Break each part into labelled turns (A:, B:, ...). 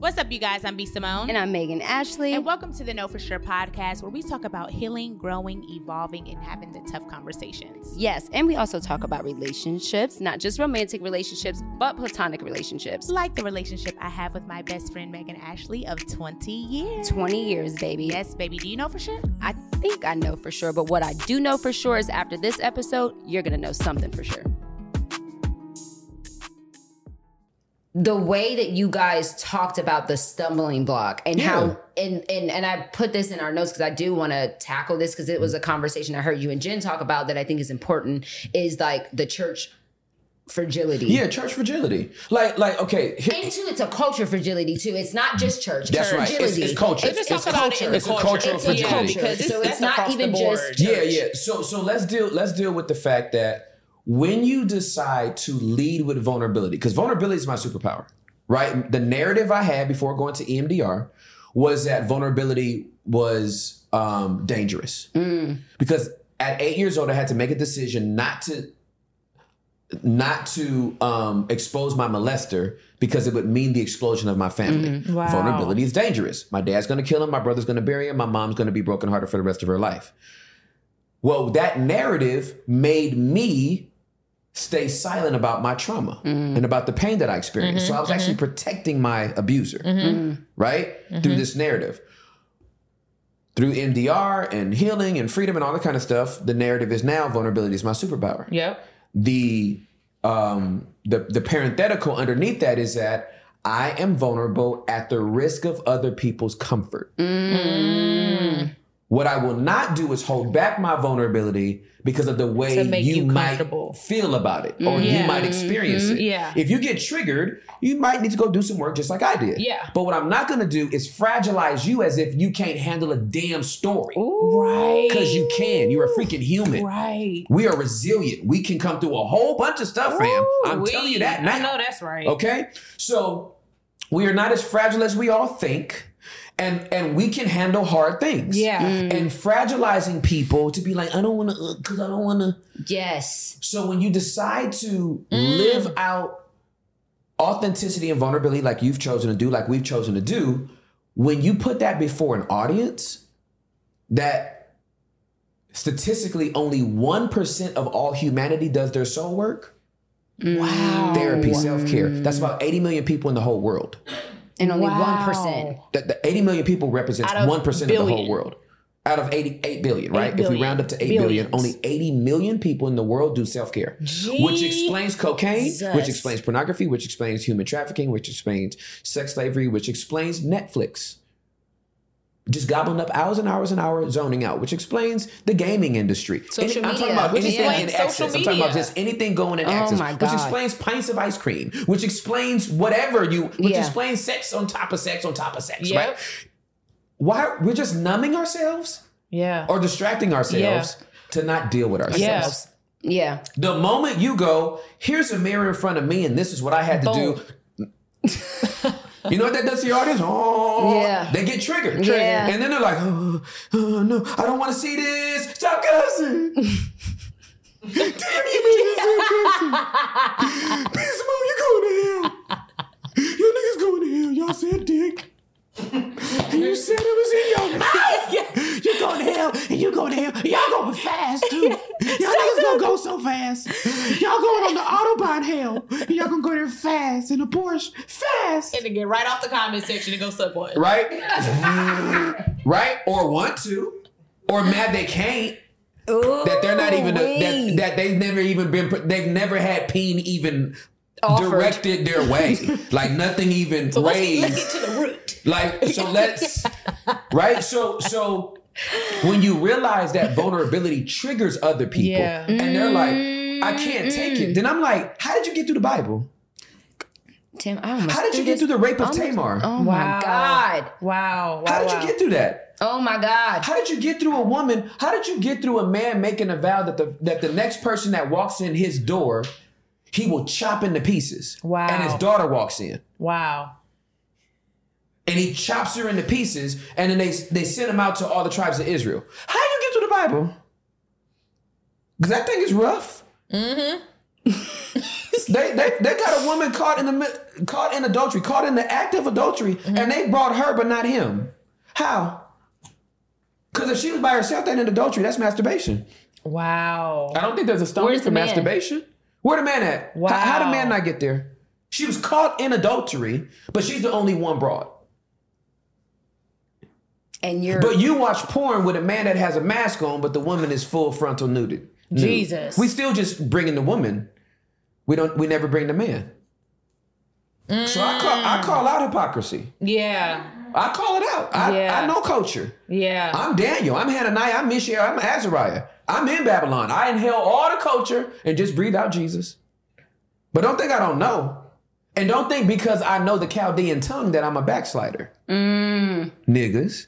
A: What's up, you guys? I'm B Simone.
B: And I'm Megan Ashley.
A: Uh-huh. And welcome to the Know For Sure podcast, where we talk about healing, growing, evolving, and having the tough conversations.
B: Yes, and we also talk about relationships, not just romantic relationships, but platonic relationships.
A: Like the relationship I have with my best friend, Megan Ashley, of 20 years.
B: 20 years, baby.
A: Yes, baby. Do you know for sure?
B: I think I know for sure, but what I do know for sure is after this episode, you're going to know something for sure.
C: the way that you guys talked about the stumbling block and
D: Yeah.
C: how and and and I put this in our notes because I do want to tackle this because it was a conversation I heard you and Jen talk about that I think is important is like the church fragility.
D: Yeah, church fragility. Like, like, okay. here-
C: And too, it's a culture fragility too. It's not just church.
D: That's right. It's-
C: Fragility.
D: it's culture.
C: It's,
D: It's
C: it's
D: talk about it
C: culture.
D: in It's a culture. cultural
C: It's
D: fragility.
C: a culture.
D: Because
C: so it's not even just.
D: Yeah, yeah. So so let's deal let's deal with the fact that when you decide to lead with vulnerability, because vulnerability is my superpower, right? The narrative I had before going to E EMDR was that vulnerability was um, dangerous because at eight years old, I had to make a decision not to not to um, expose my molester because it would mean the explosion of my family.
A: Wow.
D: Vulnerability is dangerous. My dad's going to kill him. My brother's going to bury him. My mom's going to be brokenhearted for the rest of her life. Well, that narrative made me stay silent about my trauma and about the pain that I experienced. so I was actually protecting my abuser, right? Through this narrative. Through MDR and healing and freedom and all that kind of stuff, the narrative is now vulnerability is my superpower
A: Yep.
D: the um the the parenthetical underneath that is that I am vulnerable at the risk of other people's comfort.
C: Mm.
E: Mm.
D: What I will not do is hold back my vulnerability because of the way
A: To make
D: you,
A: you
D: might
A: comfortable.
D: feel about it or
A: Yeah.
D: you might experience it.
A: Yeah.
D: If you get triggered, you might need to go do some work just like I did.
A: Yeah.
D: But what I'm not going to do is fragilize you as if you can't handle a damn story.
A: Right.
D: Because you can. You're a freaking human.
A: Right.
D: We are resilient. We can come through a whole bunch of stuff, fam. I'm
A: Ooh-wee.
D: telling you that
A: I
D: now.
A: know that's right.
D: Okay? So we are not as fragile as we all think. And and we can handle hard things.
A: Yeah.
D: And fragilizing people to be like, I don't wanna uh, cause I don't wanna.
C: Yes.
D: So when you decide to live out authenticity and vulnerability like you've chosen to do, like we've chosen to do, when you put that before an audience, that statistically only 1% of all humanity does their soul work,
A: Wow.
D: therapy,
C: Oh,
D: self-care. That's about 80 million people in the whole world.
C: And only
A: Wow.
C: one percent.
D: That the 80 million people represents
A: Out of
D: 1% of the whole
A: billion.
D: world. Out of 88 billion, right? If
A: billion.
D: we round up to 8 billion,
A: Billions.
D: only 80 million people in the world do self-care which explains cocaine, which
C: Jesus.
D: explains pornography, which explains human trafficking, which explains sex slavery, which explains Netflix. Just gobbling up hours and hours and hours, zoning out, which explains the gaming industry.
A: Social
D: I'm talking
A: media,
D: about
A: which
D: anything in
A: explains social
D: excess. I'm talking about
A: media.
D: just anything going in
B: Oh
D: excess,
B: my
D: which
B: God.
D: explains pints of ice cream, which explains whatever you, which
B: Yeah.
D: explains sex on top of sex on top of sex,
A: Yep.
D: right? Why we're just numbing ourselves
A: Yeah.
D: or distracting ourselves to not deal with ourselves.
A: Yeah.
B: Yeah.
D: The moment you go, here's a mirror in front of me, and this is what I had to do. you know what that does to your audience? Oh,
B: Yeah.
D: They get triggered.
B: Yeah.
D: And then they're like, oh, oh, no, I don't want to see this. Stop cussing. Damn you, man, stop cussing. Man, Simone, you going to hell. Your niggas going to hell. Y'all said dick. And you said it was in your mouth. You going to hell and you going to hell. Y'all going fast too. Y'all niggas gonna go so fast. Y'all going on the autobahn hell. And y'all gonna go there fast in a Porsche fast.
A: And to get right off the comment section and go sub one.
D: Right? right? Or want to? Or mad they can't. that they're not even a, that that they've never even been put- they've never had peen even directed their way like nothing even raised
A: to the root.
D: like so let's right so so when you realize that vulnerability triggers other people
A: Yeah.
D: and they're like
A: Mm-hmm.
D: i can't take it then i'm like how did you get through the bible
B: Tim, I almost
D: how did you get through the rape of tamar
A: Wow.
B: Oh my God.
A: Wow. wow
D: how did
A: wow.
D: you get through that
B: Oh my God.
D: how did you get through a woman how did you get through a man making a vow that the that the next person that walks in his door he will chop into pieces
A: Wow.
D: and his daughter walks in
A: Wow.
D: and he chops her into pieces, and then they they send him out to all the tribes of Israel. How you get to the
B: Mm-hmm.
D: Bible? Because that thing is rough. This they, they they got a woman caught in the mi- caught in adultery, caught in the act of adultery,
B: Mm-hmm.
D: and they brought her but not him. How? Because if she was by herself, that ain't adultery. That's masturbation.
E: Wow.
D: I don't think there's a stone
B: Where's
D: for
B: the man?
D: masturbation. Where the man at? How, how the
E: Wow.
D: man not get there? She was caught in adultery, but she's the only one brought.
C: and you're
D: But you watch porn with a man that has a mask on, but the woman is full frontal nuded. Nude.
E: Jesus.
D: We still just bringing the woman. We don't. We never bring the man. So I call.
E: Mm.
D: I call out hypocrisy.
E: Yeah.
D: I call it out. I,
E: Yeah.
D: I know culture.
E: Yeah.
D: I'm Daniel. I'm Hananiah. I'm Mishael. I'm Azariah. I'm in Babylon. I inhale all the culture and just breathe out Jesus. But don't think I don't know. And don't think because I know the Chaldean tongue that I'm a backslider. Niggas.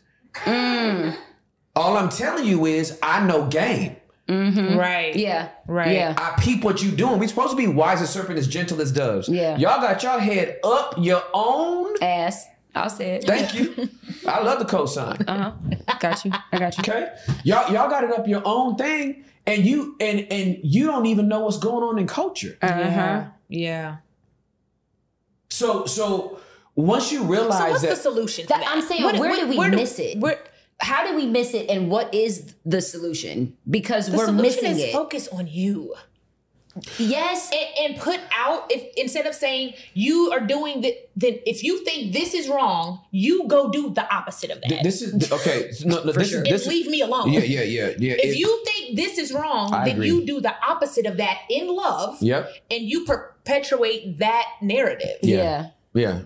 D: All I'm telling you is I know game.
E: Right.
C: yeah
E: Right.
C: yeah
D: I peep what you doing. We supposed to be wise as serpent as gentle as doves.
C: Yeah.
D: Y'all got your head up your own.
C: ass. I'll say it.
D: Thank you. I love the cosign.
B: Uh huh. Got you. I got you.
D: Okay, y'all y'all got it up your own thing, and you and and you don't even know what's going on in culture.
B: Uh.
E: Uh-huh. Yeah. Yeah.
D: So so once you realize
E: So what's
D: that
E: the solution? to
C: That-
E: that?
C: I'm saying, where do we miss it?
E: Where,
C: How do we miss it, and what is the solution? Because
E: the
C: we're
E: solution
C: missing
E: is
C: it.
E: focus on you.
C: yes,
E: and, and put out if instead of saying you are doing that then if you think this is wrong you go do the opposite of that
D: th- this is okay. No, no, this
C: sure.
D: is this
E: and
D: is,
E: leave me alone
D: yeah yeah yeah yeah.
E: if
D: it-
E: you think this is wrong
D: I
E: then
D: agree.
E: you do the opposite of that in love
D: yep
E: and you perpetuate that narrative
D: yeah
C: Yeah.
D: yeah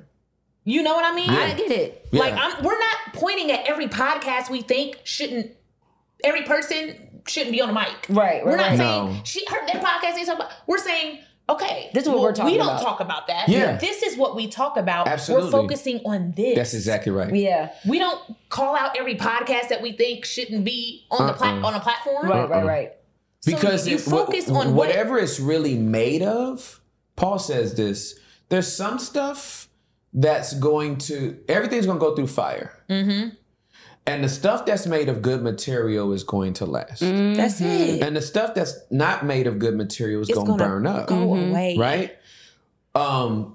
E: you know what i mean
C: I get it.
D: yeah.
E: like I'm, we're not pointing at every podcast we think shouldn't every person shouldn't be on a mic
C: Right, right,
E: we're not
C: right.
E: saying
D: No.
E: she her that podcast ain't talking about we're saying okay
C: This is what we're talking
E: we don't
C: about.
E: talk about that
D: Yeah.
E: this is what we talk about
D: Absolutely.
E: we're focusing on this
D: that's exactly right.
C: Yeah.
E: we don't call out every podcast that we think shouldn't be on the plat-
D: Uh-uh.
E: on a platform
C: Right. Right. Right.
D: because
E: you
D: it- wha-
E: focus on what-
D: whatever it's really made of paul says this there's some stuff that's going to everything's going to go through fire
E: Mm-hmm.
D: and the stuff that's made of good material is going to last
E: Mm-hmm. that's it
D: and the stuff that's not made of good material is
E: It's
D: going to
E: gonna
D: burn up
E: go away
D: right um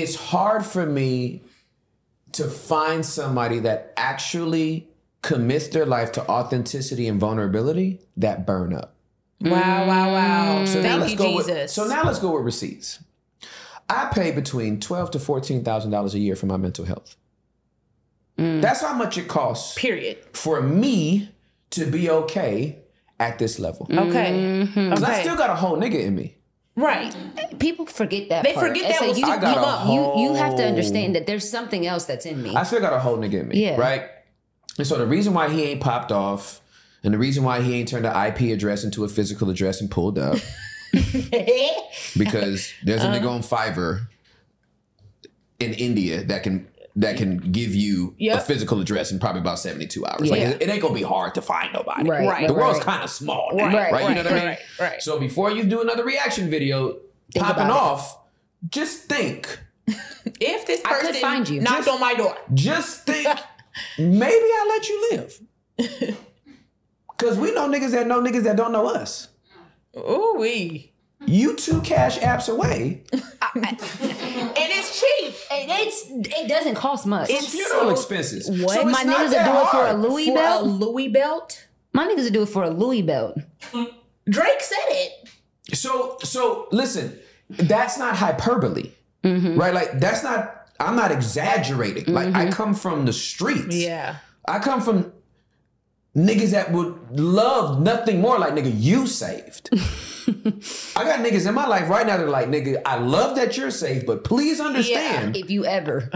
D: it's hard for me to find somebody that actually commits their life to authenticity and vulnerability that burn up
E: wow wow wow
D: so now
E: thank
D: let's
E: you
D: go
E: jesus
D: With, so now let's go with receipts. I pay between twelve to fourteen thousand dollars a year for my mental health. That's how much it costs
E: Mm. period
D: for me to be okay at this level.
E: okay
D: Because I
E: okay
D: still got a whole nigga in me.
E: right
C: People forget that.
E: They
C: part.
E: forget
C: And
E: that was-
C: you,
E: I got
C: you,
E: a
C: you, you have to
D: whole-
C: understand that there's something else that's in me.
D: I still got a whole nigga in me.
C: Yeah.
D: Right. And so the reason why he ain't popped off, and the reason why he ain't turned the IP address into a physical address and pulled up, because there's a
C: Uh-huh.
D: nigga on Fiverr in India that can that can give you a
E: Yep.
D: physical address in probably about 72 hours. Like
C: Yeah.
D: it, it ain't gonna be hard to find nobody.
C: Right, Right.
D: The world's
C: right.
D: kind of small now, right,
C: Right,
D: You know what I mean?
E: right, right.
D: So before you do another reaction video popping
C: about it.
D: off, just think.
E: if this
C: could
E: person
C: find you.
E: knocked on my door
D: Just think maybe I'll let you live. Cause we know niggas that know niggas that don't know us.
E: ooh wee
D: You two cash apps away.
E: and it's cheap
C: It- it's it doesn't cost much.
E: It's-
D: Funeral
E: So,
D: expenses.
C: what?
D: So it's
C: my
D: not
C: niggas
D: that
C: will do it for a
D: hard.
C: Louis
E: for a
C: belt.
E: Louis belt.
C: my niggas will do it for a Louis belt.
E: Drake said it.
D: So so listen, that's not hyperbole. Right? Like that's not I'm not exaggerating. Like I come from the streets. I come from niggas that would love nothing more like nigga, you saved. I got niggas in my life right now that are like, nigga, I love that you're saved, but please understand
C: If you ever,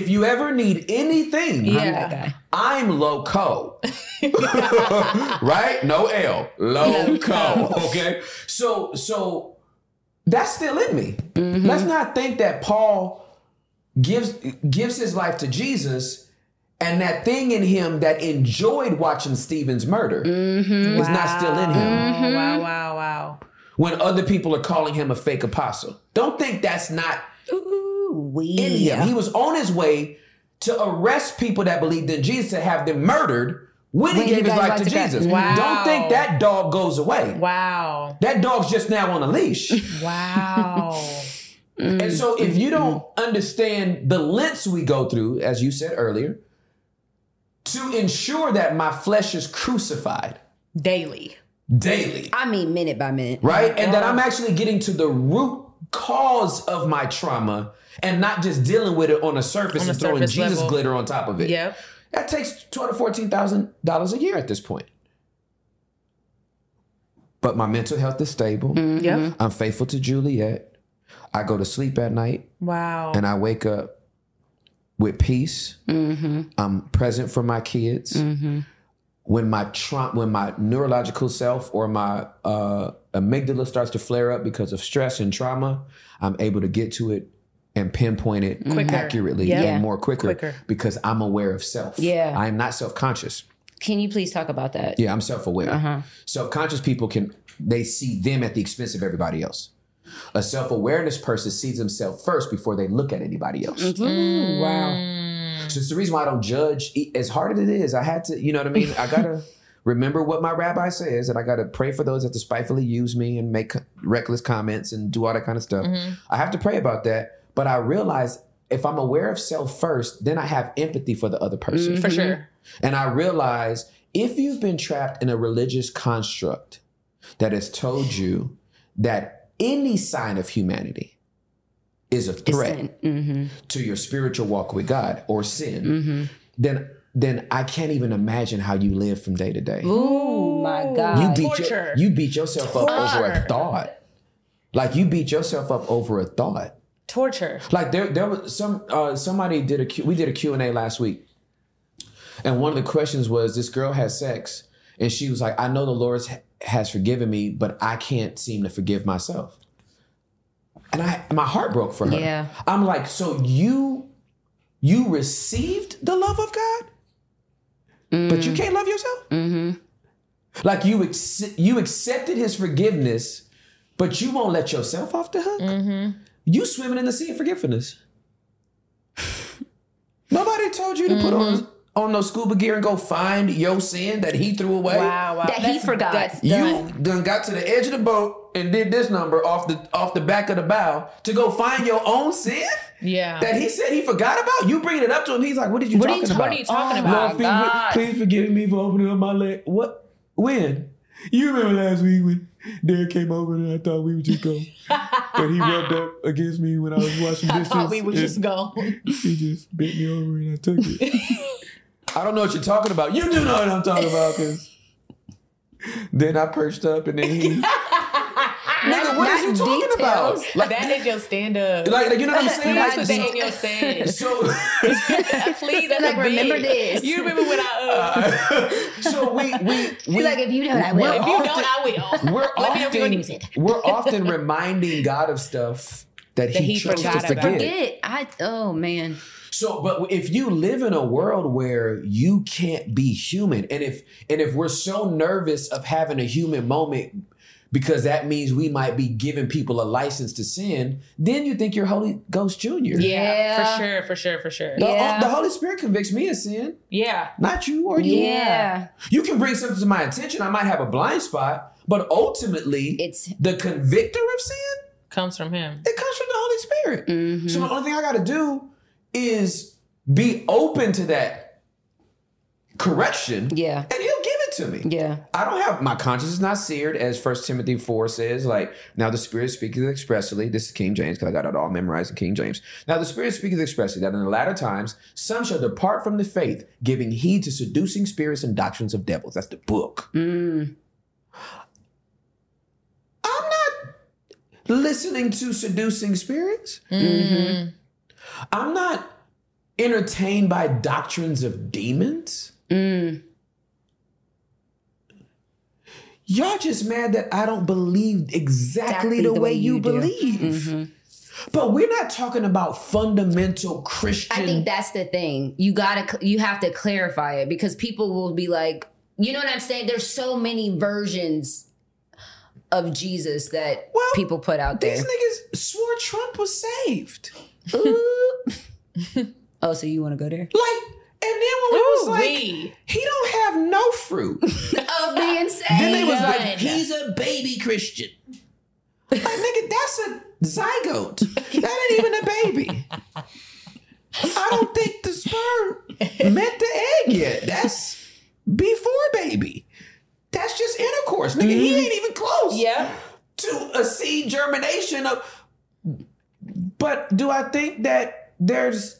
D: if you ever need anything,
E: Yeah.
D: I'm loco. right? No L. Loco. Okay. So so that's still in me. Let's not think that Paul gives gives his life to Jesus and that thing in him that enjoyed watching Stephen's murder is not still in him
E: Oh, wow, wow, wow.
D: when other people are calling him a fake apostle. Don't think that's not
C: Ooh, we.
D: in him. He was on his way to arrest people that believed in Jesus to have them murdered when he
C: When
D: gave his life to Jesus.
E: Wow.
D: Don't think that dog goes away.
E: Wow.
D: That dog's just now on a leash.
E: Wow. Mm.
D: And so
E: Mm-hmm.
D: if you don't understand the lengths we go through, as you said earlier, to ensure that my flesh is crucified
E: Daily. Oh
D: daily,
C: I mean, minute by minute.
D: right? And that I'm actually getting to the root cause of my trauma and not just dealing with it on the surface
E: On the
D: and throwing
E: surface
D: Jesus
E: level.
D: glitter on top of it.
E: Yep.
D: That takes $214,000 a year at this point. But my mental health is stable.
E: Yep.
D: I'm faithful to Juliet. I go to sleep at night
E: Wow.
D: and I wake up with peace.
E: Mm-hmm.
D: I'm present for my kids. When my tra- when my neurological self or my uh, amygdala starts to flare up because of stress and trauma, I'm able to get to it and pinpoint it
E: Quicker.
D: accurately
E: Yeah.
D: and more quicker,
E: Quicker.
D: because I'm aware of self.
C: Yeah.
D: I am not self conscious.
C: Can you please talk about that?
D: Yeah, I'm self-aware.
E: Uh-huh.
D: Self-conscious people can they see them at the expense of everybody else. A self-awareness person sees themselves first before they look at anybody else.
C: Ooh, wow.
D: So it's the reason why I don't judge. E- As hard as it is, I had to, you know what I mean? I gotta remember what my rabbi says, and I gotta pray for those that despitefully use me and make reckless comments and do all that kind of stuff. I have to pray about that, but I realize if I'm aware of self first, then I have empathy for the other person.
E: For sure.
D: And I realize if you've been trapped in a religious construct that has told you that any sign of humanity is a threat
C: Mm-hmm.
D: to your spiritual walk with God or sin,
C: Mm-hmm.
D: then then I can't even imagine how you live from day to day.
C: Ooh, my God.
D: you beat
E: torture.
D: your, you beat yourself up over
E: Torture.
D: a thought. Like you beat yourself up over a thought.
E: Torture.
D: Like there, there was some uh, somebody did a Q, we did a Q and A last week, and one of the questions was this girl had sex, and she was like, "I know the Lord has forgiven me, but I can't seem to forgive myself," and I my heart broke for her.
C: Yeah.
D: I'm like, so you you received the love of God, but you can't love yourself. Like you ex- you accepted His forgiveness, but you won't let yourself off the hook
E: Mm-hmm.
D: you swimming in the sea of forgiveness. Nobody told you to put on
E: Mm-hmm.
D: on no scuba gear and go find your sin that he threw away.
E: Wow. Wow.
C: That he
E: That's-
C: forgot.
E: That's done.
D: You done got to the edge of the boat and did this number off the off the back of the bow to go find your own sin
E: yeah.
D: that he said he forgot about. You bringing it up to him, he's like, "What did you
E: what are
D: talking
E: you,
D: about? Ah.
E: what are you talking
C: Oh,
E: about?
D: Lord, please, please forgive me for opening up my leg. What? When? You remember last week when Derek came over and I thought we would just go, but he rubbed up against me when I was washing
E: I
D: dishes.
E: thought we would
D: and
E: just go.
D: He just bent me over and I took it. I don't know what you're talking about. You do know what I'm talking about, cause then I perched up and then he. Nigga, what is you talking
C: details.
D: about? Like,
E: that is your stand up.
D: like, like, you know what I'm saying? Like,
E: That's what they in your sand.
D: so.
E: Please, that's
C: Like,
E: a big-
C: remember this.
E: You remember when I, uh,
D: so we we we
C: He's like, if you know that, well,
D: Well,
E: if you
D: often-
E: don't, I will.
D: we're
E: Let me know if you're gonna use
D: often
E: it.
D: we're often reminding God of stuff that,
E: That
D: He,
E: he
D: chose to
E: forgot
D: forget.
E: about.
C: forget. I, oh, man.
D: So, but if you live in a world where you can't be human, and if and if we're so nervous of having a human moment because that means we might be giving people a license to sin, then you think you're Holy Ghost Junior.
C: Yeah.
E: for sure, for sure, for sure.
D: The,
C: Yeah.
D: the Holy Spirit convicts me of sin,
E: Yeah,
D: not you or you.
C: Yeah.
D: You can bring something to my attention. I might have a blind spot, but ultimately,
C: It's,
D: the convictor of sin
E: comes from him.
D: it comes from the holy spirit
C: Mhm.
D: so the only thing i got to do is be open to that correction
C: yeah.
D: and he'll give it to me
C: Yeah.
D: i don't have my conscience is not seared as first timothy 4 says like now the spirit speaketh expressly this is king james because i got it all memorized in king james now the spirit speaketh expressly that in the latter times some shall depart from the faith giving heed to seducing spirits and doctrines of devils that's the book
C: Mm.
D: I'm not listening to seducing spirits.
E: Mhm.
D: I'm not entertained by doctrines of demons.
C: Mm.
D: Y'all just mad that I don't believe exactly,
C: Exactly
D: the, way, you, believe.
C: Mhm.
D: But we're not talking about fundamental
C: I
D: Christian.
C: think that's the thing. You gotta, you have to clarify it because people will be like, you know what I'm saying? There's so many versions of Jesus that
D: Well,
C: people put out
D: these
C: there.
D: niggas swore Trump was saved.
C: Ooh. oh, so you want to go there?
D: Like, And then when we was
E: Ooh,
D: like,
E: wee.
D: he don't have no fruit.
A: Of being saved.
D: then they was like,
E: Amen.
D: he's a baby Christian. Like, nigga, that's a zygote. That ain't even a baby. I don't think the sperm meant the egg yet. That's before baby. That's just intercourse. Nigga, he
C: Mm-hmm.
D: ain't even close
E: Yeah.
D: to a seed germination of but do I think that there's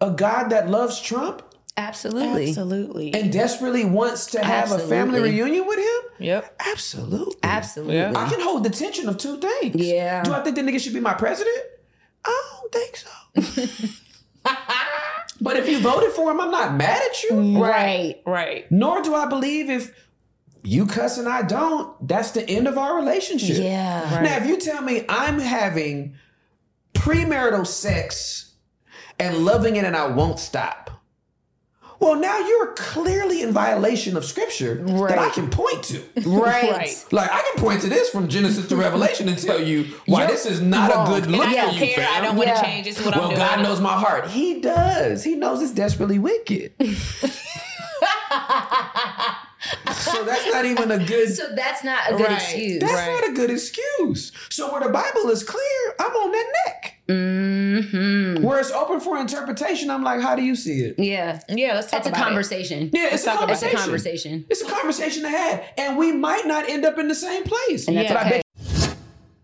D: a God that loves Trump
C: Absolutely.
E: Absolutely.
D: and desperately wants to have a family
C: Absolutely.
D: reunion with him?
E: yep.
D: Absolutely.
C: Absolutely.
E: Yeah.
D: I can hold the tension of two things.
A: Yeah.
D: Do I think the nigga should be my president? I don't think so. but if you voted for him, I'm not mad at you.
A: Right.
E: Right.
D: Nor do I believe if you cuss and I don't, that's the end of our relationship.
A: Yeah.
D: Now, if you tell me I'm having premarital sex and loving it and I won't stop, well, now you're clearly in violation of scripture that I
E: Right.
D: can point to.
A: Right.
E: Right.
D: Like, I can point to this from Genesis to Revelation and tell you why this is not
A: wrong.
D: a good
E: And
D: look
E: I
D: for
E: don't
D: you,
E: care. I
D: fam.
E: don't want to
A: Yeah.
E: change. It's what
D: well,
E: I'm doing.
D: God knows my heart. He does. He knows it's desperately wicked. so that's not even a good
A: So that's not a good
E: Right.
A: excuse.
D: that's not a good excuse. So where the Bible is clear, I'm on that neck.
A: mm-hmm.
D: Where it's open for interpretation, I'm like, how do you see it?
A: Yeah.
E: Mm-hmm. Yeah, let's talk
A: That's a
E: about it.
A: conversation.
D: Yeah, it's a
E: talk about
A: That's
D: conversation.
A: a conversation.
D: It's a conversation to have, and we might not end up in the same place.
A: And that's
D: But I
A: okay.
D: bet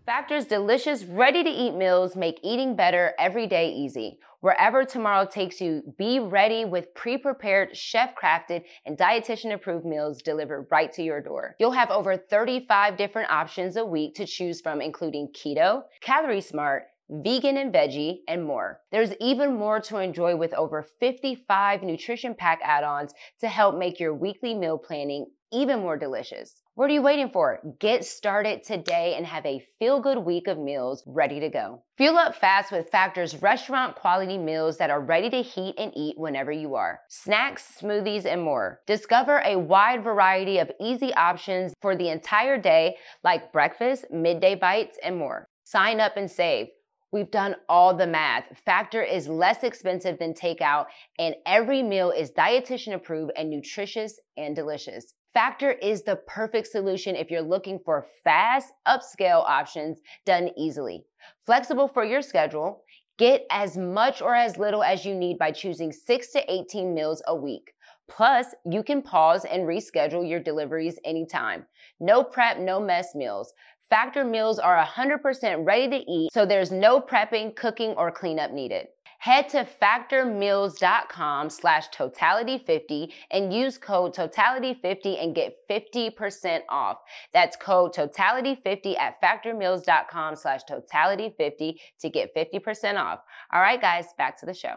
C: Factor's delicious, ready to eat meals make eating better every day easy. Wherever tomorrow takes you, be ready with pre prepared, chef crafted, and dietitian approved meals delivered right to your door. You'll have over 35 different options a week to choose from, including keto, calorie smart, vegan and veggie, and more. There's even more to enjoy with over 55 nutrition pack add ons to help make your weekly meal planning even more delicious. What are you waiting for? Get started today and have a feel good week of meals ready to go. Fuel up fast with Factor's restaurant quality meals that are ready to heat and eat whenever you are. Snacks, smoothies, and more. Discover a wide variety of easy options for the entire day, like breakfast, midday bites, and more. Sign up and save. We've done all the math. Factor is less expensive than takeout, and every meal is dietitian approved and nutritious and delicious. Factor is the perfect solution if you're looking for fast, upscale options done easily. Flexible for your schedule, get as much or as little as you need by choosing 6 to 18 meals a week. Plus, you can pause and reschedule your deliveries anytime. No prep, no mess meals. Factor meals are 100% ready to eat, so there's no prepping, cooking, or cleanup needed. Head to factormeals.com slash totality50 and use code totality50 and get 50% off. That's code totality50 at factormeals.com slash totality50 to get 50% off. All right, guys, back to the show.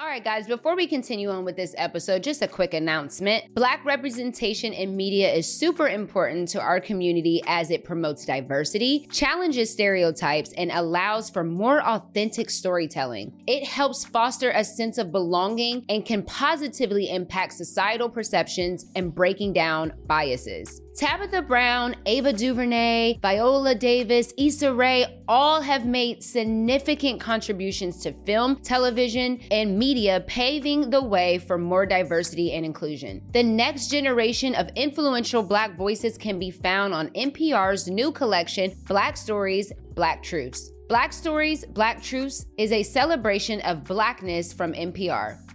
C: All right, guys, before we continue on with this episode, just a quick announcement. Black representation in media is super important to our community as it promotes diversity, challenges stereotypes, and allows for more authentic storytelling. It helps foster a sense of belonging and can positively impact societal perceptions and breaking down biases. Tabitha Brown, Ava DuVernay, Viola Davis, Issa Rae all have made significant contributions to film, television, and media, paving the way for more diversity and inclusion. The next generation of influential Black voices can be found on NPR's new collection, Black Stories, Black Truths. Black Stories, Black Truths is a celebration of blackness from NPR.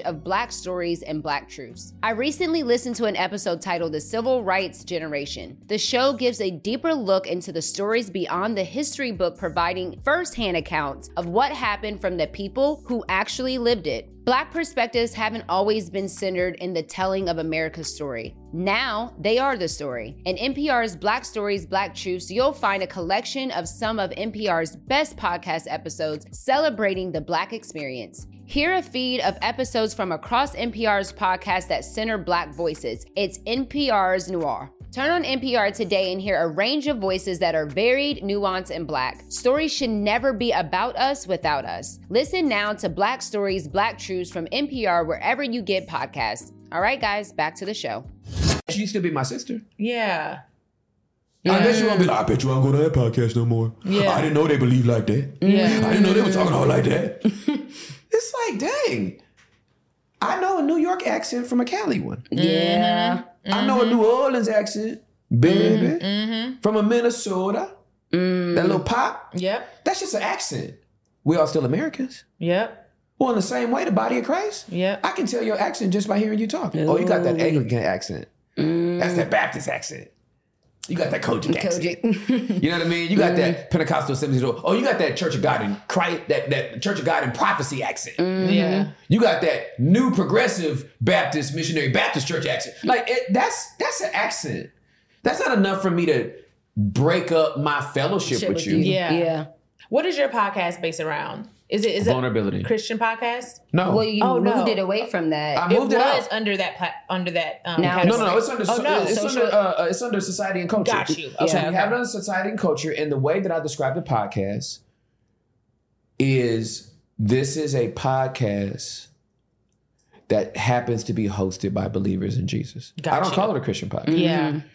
C: of Black stories and Black truths. I recently listened to an episode titled The Civil Rights Generation. The show gives a deeper look into the stories beyond the history book, providing firsthand accounts of what happened from the people who actually lived it. Black perspectives haven't always been centered in the telling of America's story. Now they are the story. In NPR's Black Stories, Black Truths, you'll find a collection of some of NPR's best podcast episodes celebrating the Black experience.
B: Hear a feed of episodes from across NPR's podcasts that center Black voices. It's NPR's Noir. Turn on NPR today and hear a range of voices that are varied, nuanced, and black. Stories should never be about us without us. Listen now to Black Stories, Black Truths from NPR wherever you get podcasts. All right, guys, back to the show.
D: She used to be my sister.
E: Yeah.
D: I bet you won't be like, I bet you won't go to that podcast no more.
E: Yeah.
D: I didn't know they believed like that.
E: Yeah.
D: I didn't know they were talking all like that. it's like, dang. I know a New York accent from a Cali one.
C: Yeah.
D: I know a New Orleans accent, baby. From a Minnesota. That little pop.
E: Yep.
D: That's just an accent. We all still Americans.
E: Yep.
D: Well, in the same way, the body of Christ.
E: Yep.
D: I can tell your accent just by hearing you talk. Oh, you got that Anglican accent. That's that Baptist accent. You got that Kojic accent. You know what I mean? You got that Pentecostal Assembly. Oh, you got that Church of God in Christ, that, that Church of God in prophecy accent.
C: Mm.
E: Yeah.
D: You got that new progressive Baptist missionary Baptist church accent. Like it, that's that's an accent. That's not enough for me to break up my fellowship with, you.
E: Yeah.
C: Yeah.
E: What is your podcast based around? Is it is it
D: Vulnerability.
E: Christian podcast?
D: No.
C: Well, you
E: Oh, no.
C: moved it away from that.
D: I moved it,
E: was
D: out.
E: under that pla- under that um,
C: Now
E: category.
D: No, no, no, it's under
E: Oh, no.
D: it's
E: Social-
D: under uh, uh, it's under society and culture.
E: Got you.
D: So
E: Okay,
D: we
E: okay.
D: have it under society and culture, and the way that I describe the podcast is this is a podcast that happens to be hosted by believers in Jesus. I don't
E: Gotcha.
D: call it a Christian podcast.
E: Yeah.
D: Mm-hmm.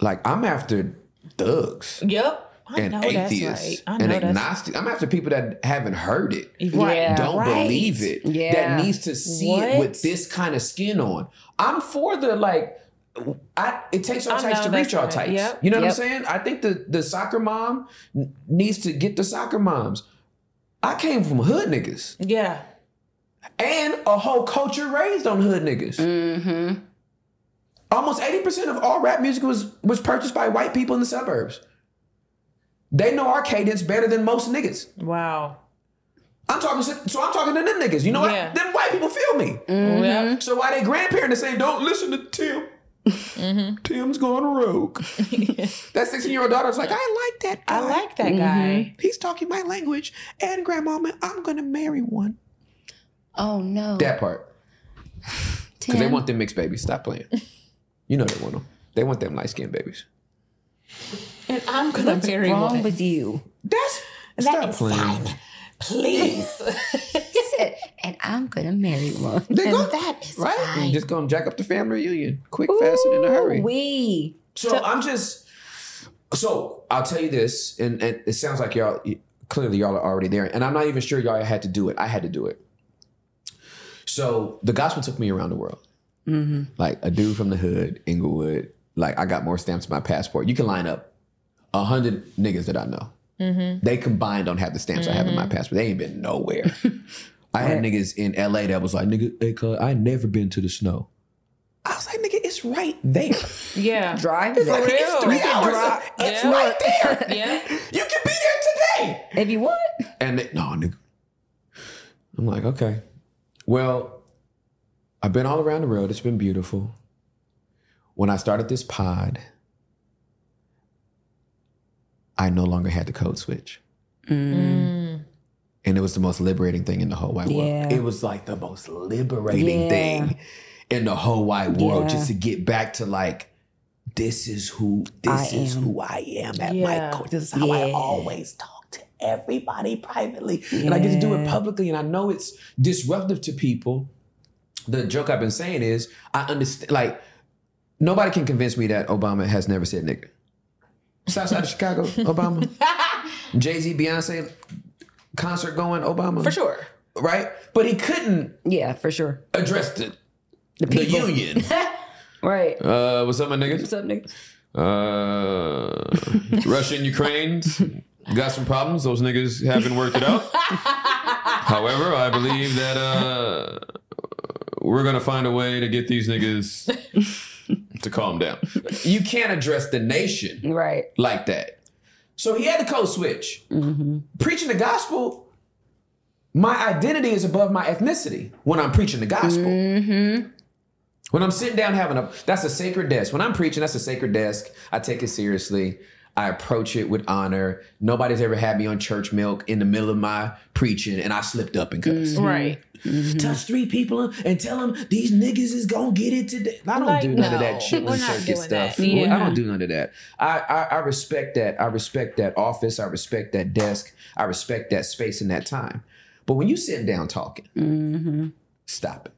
D: Like I'm after thugs
E: Yep. I
D: and
E: know that's
D: atheists
E: right. I
D: and
E: know that's
D: agnostics. I'm after people that haven't heard it.
E: right.
C: Yeah.
D: Don't
E: Right.
D: believe it.
C: Yeah.
D: That needs to see it
E: What?
D: with this kind of skin on. I'm for the like. I, it takes all
E: I
D: types
E: know
D: to reach
E: that's
D: all
E: right.
D: types.
E: Yep.
D: You know what I'm
C: Yep.
D: saying? I think the the soccer mom n- needs to get the soccer moms. I came from hood niggas
E: Yeah.
D: and a whole culture raised on hood niggas.
C: mm-hmm.
D: Almost 80% of all rap music was was purchased by white people in the suburbs. They know our cadence better than most niggas.
E: Wow.
D: I'm talking shit- so I'm talking to them niggas. You know what?
E: Yeah. Mm.
D: Them white people feel me.
E: Yep.
D: So why they grandparents saying don't listen to Tim?
E: Mm-hmm.
D: Tim's gone rogue. that 16 year old daughter's like, I like that guy.
E: I like that guy.
D: He's talking my language, and grandmama, I'm gonna marry one.
C: Oh no.
D: That part, because they want them mixed babies. Stop playing. You know they want them. They want them light skinned babies.
E: And I'm gonna marry
C: wrong
E: one.
C: with you?
D: That's
E: That
D: stop
E: is
D: playing.
E: fine. Please.
C: He said, and I'm gonna marry one.
D: They go
E: that is
D: right.
E: fine.
D: Just gonna jack up the family reunion, quick, fast, and in a hurry.
C: We.
D: So I'm just. So I'll tell you this, and, and it sounds like y'all clearly y'all are already there, and I'm not even sure y'all had to do it. I had to do it. So the gospel took me around the world, like a dude from the hood, Inglewood. Like I got more stamps in my passport. You can line up a hundred niggas that I know. They combined don't have the stamps I have in my passport. They ain't been nowhere. I had niggas in LA that was like, nigga, hey, cuz, I ain't never been to the snow. I was like, nigga, it's right there.
E: Yeah.
C: Drive
D: It's like,
C: there.
E: real.
D: It's three
E: You
C: can
D: hours.
C: drive-
D: It's
E: Yeah.
D: right there.
E: Yeah.
D: You can be there today.
C: if you want.
D: And they, no, nigga. I'm like, okay. Well, I've been all around the world. It's been beautiful. When I started this pod, I no longer had the code switch.
E: Mm-hmm. Mm.
D: And it was the most liberating thing in the whole wide world.
C: Yeah.
D: It was like the most liberating
C: Yeah.
D: thing in the whole wide world
C: Yeah.
D: just to get back to like, this is who this
C: I
D: is
C: am.
D: who I am at
E: Yeah.
D: my core. This is how I
C: Yeah.
D: always talk to everybody privately. And I get to do it
C: Yeah.
D: publicly. And I know it's disruptive to people. The joke I've been saying is I understand like nobody can convince me that Obama has never said nigga. Southside of Chicago, Obama. Jay-Z, Beyonce concert going, Obama.
E: For sure.
D: Right? But he couldn't
C: Yeah, for sure.
D: address the,
C: The
D: the
C: people.
D: union.
C: Right.
D: uh, what's up, my niggas?
C: What's up, niggas?
D: Uh, Russia and Ukraine got some problems. Those niggas haven't worked it out. However, I believe that uh, we're gonna find a way to get these niggas to calm down. You can't address the nation
C: Right.
D: like that. So he had the code switch. Preaching the gospel, my identity is above my ethnicity when I'm preaching the gospel.
C: Mm. Mm-hmm.
D: When I'm sitting down having a, that's a sacred desk. When I'm preaching, that's a sacred desk. I take it seriously. I approach it with honor. Nobody's ever had me on church milk in the middle of my preaching, and I slipped up and cussed.
E: Mm-hmm.
A: Right.
D: Touch three people and tell them these niggas is gonna get it today. I don't
E: Like,
D: do none of
E: no,
D: that shit
E: we're
D: with
E: not
D: circuit
E: doing that.
D: stuff. We- I
A: Yeah.
D: don't do none of that. I, I I respect that. I respect that office. I respect that desk. I respect that space and that time. But when you sitting down talking,
C: Mm-hmm.
D: stop it.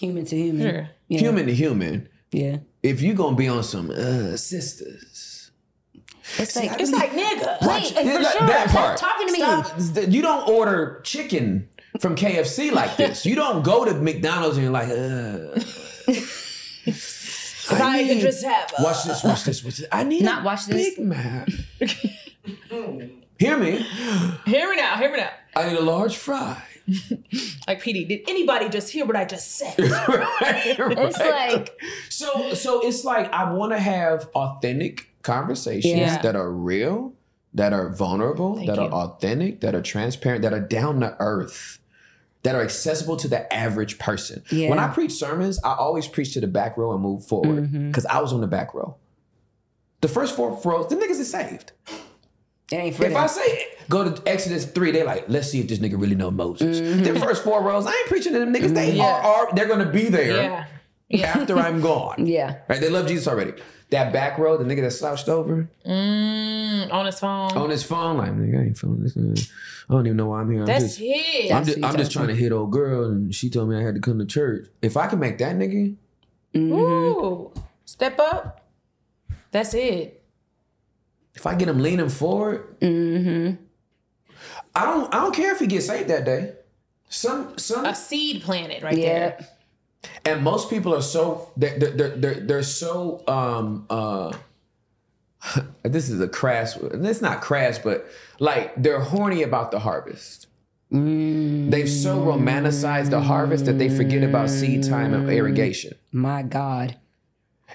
C: Human to human.
A: Sure.
C: Yeah.
D: Human to human.
C: Yeah.
D: If you gonna be on some uh, sisters.
C: It's
D: See,
C: like
D: I
E: It's like nigga.
D: Watch-
C: and
D: Yeah,
C: for
D: like,
C: sure,
D: that
C: stop
D: part.
C: talking to me.
D: Stop. You don't order chicken from KFC like this. you don't go to McDonald's and you're like, Ugh.
E: If I could just have a-
D: watch this, watch this, watch this. I need
C: uh, Not
D: a
C: watch this.
D: Big Mac. Hear me.
E: Hear me now. Hear me now.
D: I need a large fry.
E: Like PD, did anybody just hear what I just said?
D: Right,
C: it's
D: right.
C: like
D: so so it's like I want to have authentic conversations
A: Yeah.
D: that are real, that are vulnerable, that
E: you.
D: are authentic, that are transparent, that are down to earth, that are accessible to the average person. When
C: Yeah.
D: I preach sermons, I always preach to the back row and move forward because I was on the back row. The first four rows, the niggas is saved.
C: it ain't for
D: If I
C: them.
D: say go to Exodus three, they're like, let's see if this nigga really know Moses. The first four rows, I ain't preaching to them niggas. They are, are they're gonna be there
E: yeah.
D: after I'm gone.
C: Yeah.
D: Right? They love Jesus already. That back row, the nigga that slouched over
E: Mm, on his phone.
C: Oh,
D: on his phone, like nigga, I ain't feeling this. uh, I don't even know why I'm here. I'm
E: That's
D: just,
E: it.
D: I'm
C: That's
D: just,
C: who you
D: I'm just
C: talking
D: trying to hit old girl, and she told me I had to come to church. If I can make that nigga,
C: Mm-hmm.
E: Ooh. Step up. That's it.
D: if I get him leaning forward,
C: Mm-hmm.
D: I don't, I don't care if he gets saved that day. Some, some,
E: A seed planted right
C: Yeah.
E: there.
D: and most people are so they're they're they're, they're, they're so um uh this is a crash it's not crash but like they're horny about the harvest
C: Mm,
D: they've so romanticized the harvest that they forget about seed time and irrigation
C: My God.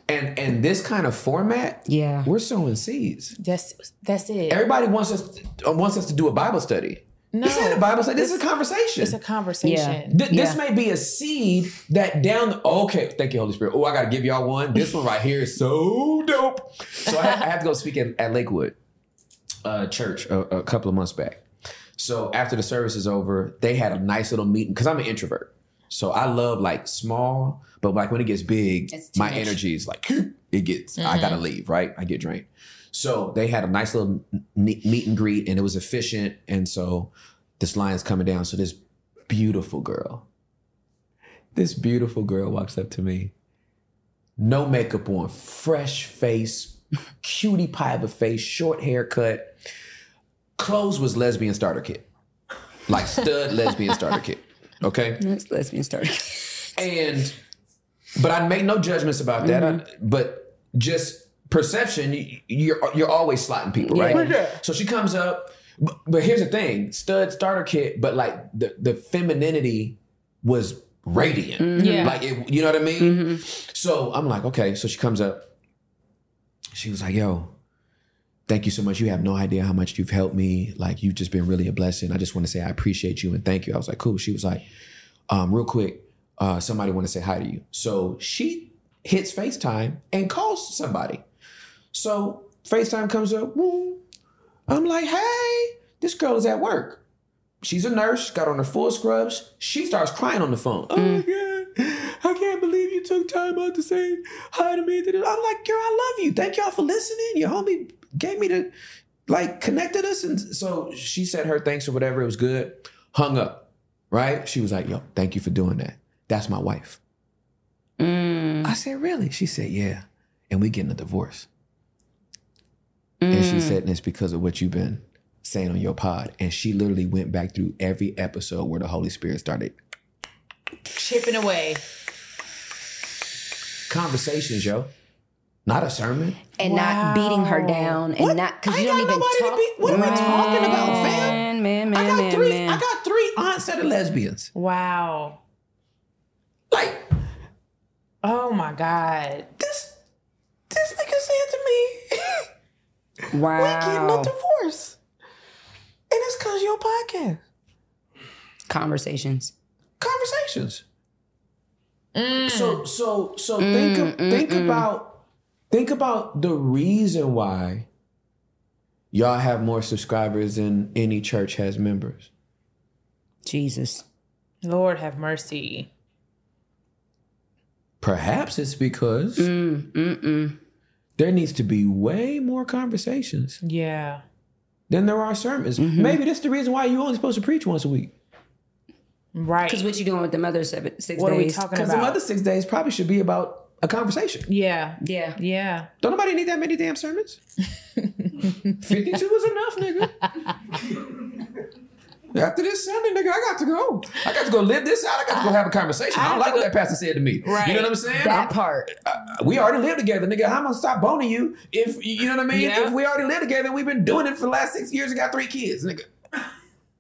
D: and and this kind of format
C: Yeah.
D: we're sowing seeds
E: That's that's it.
D: everybody wants us uh, wants us to do a bible study
E: no,
D: this ain't a bible study this is a conversation
E: it's a conversation.
D: Th- This
C: Yeah.
D: may be a seed that down. The, okay, thank you, Holy Spirit. Oh, I gotta give y'all one. This one right here is so dope. So I, I have to go speak at, at Lakewood uh, Church a, a couple of months back. So after the service is over, they had a nice little meeting because I'm an introvert. So I love like small, but like when it gets big,
C: It's too
D: my
C: much.
D: energy is like it gets. I gotta leave. Right, I get drained. So they had a nice little n- meet and greet, and it was efficient. And so this line's coming down. So this beautiful girl, this beautiful girl walks up to me, no makeup on, fresh face, cutie pie of a face, short haircut. Clothes was lesbian starter kit, like stud lesbian starter kit. Okay,
C: Let's lesbian started.
D: and but I make no judgments about that. I- but just perception, y- you're you're always slotting people, right? So she comes up, but, but here's the thing: stud starter kit, but like the the femininity was radiant,
E: Yeah.
D: like it, you know what I mean.
C: Mm-hmm.
D: So I'm like, okay. So she comes up. She was like, yo. Thank you so much. You have no idea how much you've helped me. Like you've just been really a blessing. I just want to say I appreciate you and thank you. I was like, cool. She was like, um, real quick, uh, somebody want to say hi to you. So she hits FaceTime and calls somebody. So FaceTime comes up. woo. I'm like, hey, this girl is at work. She's a nurse, got on her full scrubs. She starts crying on the phone. Oh my God, I can't believe you took time out to say hi to me. I'm like, girl, I love you. Thank y'all for listening. Your homie gave me the, like, connected us. And so she said her thanks or whatever. It was good. Hung up, right? She was like, yo, thank you for doing that. That's my wife. I said, really? She said, yeah. And we getting a divorce. And she
C: Mm.
D: said, and it's because of what you've been saying on your pod. And she literally went back through every episode where the Holy Spirit started.
E: Chipping away.
D: Conversations, yo. Not a sermon.
C: and not beating her down and not because
D: I
C: you
D: ain't
C: don't
D: got
C: even
D: nobody to
C: talk.
D: be- what are we talking about, fam?
C: Man, man, man,
D: I got
C: man,
D: three,
C: man.
D: I got three aunts that are lesbians.
E: Wow.
D: Like,
E: Oh my God.
D: this this nigga said to me, we getting
C: wow.
D: a divorce. And it's cause of your podcast.
C: Conversations.
D: Conversations.
C: Mm.
D: So so so think of, think about think about the reason why Y'all have more subscribers than any church has members.
C: Jesus.
E: Lord have mercy.
D: Perhaps it's because
C: Mm, mm-mm.
D: there needs to be way more conversations
E: Yeah.
D: than there are sermons.
C: Mm-hmm.
D: Maybe that's the reason why you're only supposed to preach once a week.
E: Right.
C: Because what you doing with them other seven, six
E: What are we
C: days?
E: talking
D: Because the
E: about?
D: other six days probably should be about a conversation.
E: yeah.
C: Yeah.
E: Yeah.
D: Don't nobody need that many damn sermons. 52 is enough, nigga. After this Sunday, nigga, I got to go. I got to go live this out. I got to go have a conversation. I, don't like what that pastor said to me. You know what I'm saying?
C: That part.
D: I'm- we already live together, nigga. How am I gonna stop boning you if you know what I mean?
E: Yeah.
D: If we already live together, we've been doing it for the last six years and got three kids, nigga.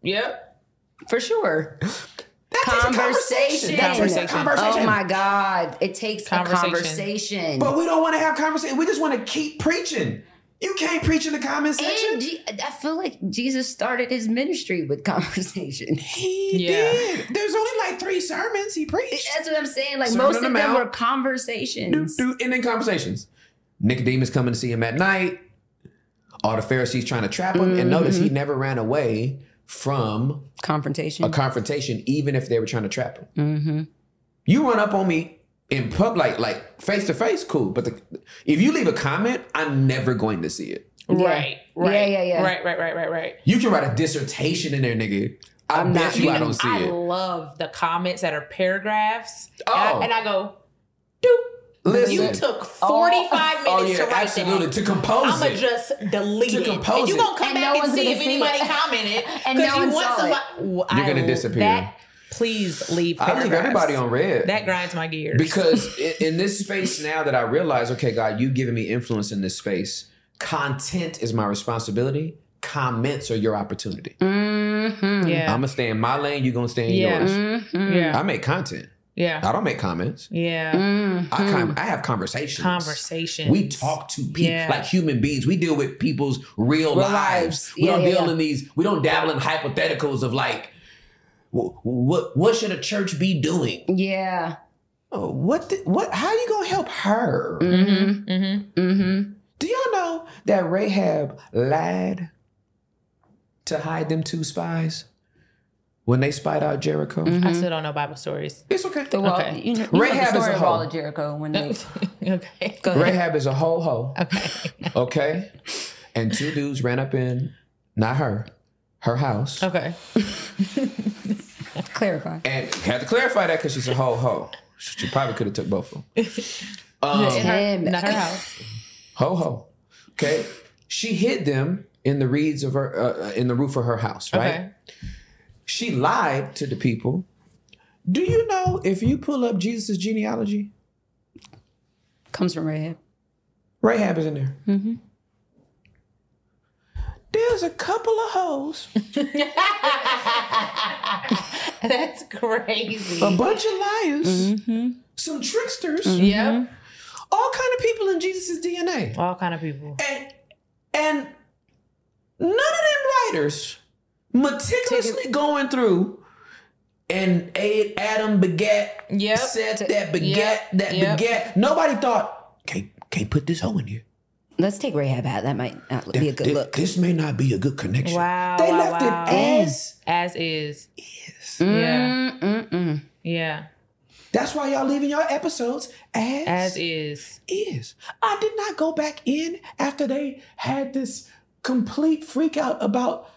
E: Yep.
C: For sure.
D: That takes a
C: Conversation.
D: Conversation. Conversation.
C: Oh my God. It takes
E: Conversation.
C: a conversation.
D: But we don't want to have conversation. We just want to keep preaching. You can't preach in the comment section.
C: and Je- I feel like Jesus started his ministry with conversation.
D: He
E: Yeah.
D: did. There's only like three sermons he preached.
C: That's what I'm saying. Like
D: Sermon
C: most
D: on
C: of
D: the
C: them
D: Mount.
C: were conversations.
D: Do, do, and then conversations. Nicodemus coming to see him at night. All the Pharisees trying to trap him. And notice he never ran away from
C: Confrontation.
D: a confrontation, even if they were trying to trap him.
C: mm-hmm.
D: You run up on me in pub, like like face to face, cool. But the, if you leave a comment, I'm never going to see it.
C: Yeah.
E: Right. Right.
C: Yeah, yeah, yeah.
E: Right, right, right, right, right.
D: You can write a dissertation in there, nigga. I
C: I'm
D: bet
C: not-
D: you, I don't see
E: I
D: it.
E: love the comments that are paragraphs.
D: Oh.
E: And, I, and I go, doop.
D: Listen,
E: You took 45 minutes
D: oh
E: to
D: yeah,
E: write
D: absolutely
E: that.
D: to compose
E: I'ma
D: it.
E: just delete
D: To
E: it.
D: compose
E: and you
D: it.
E: gonna come
C: And no
E: back and
C: one's
E: see
C: gonna
E: if
C: see
E: anybody
C: it.
E: commented.
C: And
E: 'cause
C: no
E: you
C: one
E: want
C: saw
E: somebody. Well,
D: You're gonna
E: I-
D: disappear.
E: that- please leave.
D: I leave
E: paragraphs.
D: everybody on red.
E: That grinds my gears.
D: because in, in this space now that I realize, okay, God, you've given me influence in this space. Content is my responsibility. Comments are your opportunity.
C: Mm-hmm.
E: yeah,
D: I'm gonna stay in my lane. You're gonna stay in
E: Yeah.
D: yours.
C: Mm-hmm.
E: yeah,
D: I make content.
E: yeah,
D: I don't make comments.
E: yeah.
C: Mm-hmm.
D: I com- I have conversations.
E: Conversation.
D: We talk to people
E: Yeah.
D: like human beings. We deal with people's
C: Real
D: real, lives.
C: lives.
D: We
C: Yeah,
D: don't
C: yeah,
D: deal
C: yeah.
D: in these. We don't dabble in hypotheticals of like, what what should a church be doing?
C: Yeah.
D: Oh, what the, what? How you gonna help her?
C: Mm-hmm.
E: Mm-hmm.
C: Mm-hmm.
D: Do y'all know that Rahab lied to hide them two spies when they spied out Jericho?
C: Mm-hmm.
E: I still don't know Bible stories.
D: It's okay.
C: The wall.
E: Okay.
C: You know, you know
D: Rahab is
C: the
D: a
C: story of
D: hoe.
C: Wall of Jericho when they
E: okay.
C: go ahead.
D: Rahab is a ho ho,
E: Okay.
D: okay? and two dudes ran up in, not her, her house.
E: Okay.
C: Clarify.
D: And had to clarify that because she's a ho ho. She probably could have took both of them.
C: Oh.
D: Um,
C: Damn.
E: Not her house.
D: ho ho, okay? She hid them in the reeds of her, uh, uh, in the roof of her house, right?
E: Okay.
D: she lied to the people. Do you know if you pull up Jesus' genealogy,
C: Comes from Rahab.
D: Rahab is in there?
E: Mm-hmm.
D: There's a couple of hoes,
E: That's crazy.
D: a bunch of liars,
E: Mm-hmm.
D: some tricksters,
E: Yep.
D: all kind of people in Jesus' DNA.
E: Mm-hmm. All kind of people.
D: And, and none of them writers meticulously going through and aid Adam begat,
E: Yep.
D: said that begat, that
E: Yep.
D: begat. Nobody thought, can't, can't put this hoe in here.
C: Let's take Rahab out. That might not be a good
D: Thi-
C: look.
D: This may not be a good connection.
E: Wow.
D: They
E: wow,
D: left
E: wow.
D: it as
E: As is. Yeah.
C: Mm, mm, mm.
E: Yeah.
D: That's why y'all leaving y'all episodes as,
E: As is.
D: is. I did not go back in after they had this complete freak out about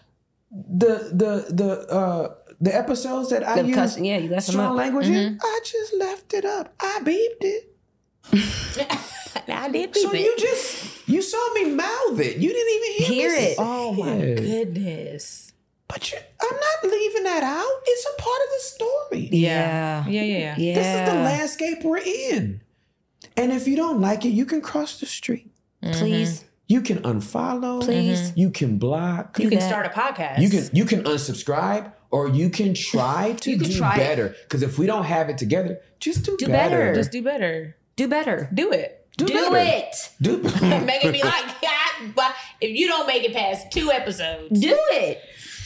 D: the the the uh the episodes that I
C: The cuss-
D: used
C: yeah, you left them
D: strong
C: up. Mm-hmm.
D: language in. I just left it up. I beeped it.
E: I did
D: so you just you saw me mouth it. You didn't even hear,
C: Hear
D: me say-
C: it.
E: Oh my
D: Yeah.
E: goodness.
D: But you, I'm not leaving that out. It's a part of the story.
E: Yeah.
C: Yeah.
E: Yeah. Yeah. Yeah.
C: Yeah.
D: This is the landscape we're in. And if you don't like it, you can cross the street.
E: Mm-hmm.
C: Please.
D: You can unfollow.
C: Please.
D: You can block.
E: You
D: You,
E: can
C: that.
E: start a podcast.
D: can you can unsubscribe or you can try to
C: You can
D: do
C: try it.
D: better. Because if we don't have it together, just do,
C: Do
D: better.
C: better.
E: just do better.
C: Do better.
E: Do it.
D: do,
C: Do
D: better.
C: it.
D: Do
E: Megan be like, God, but if you don't make it past two episodes,
C: Do it.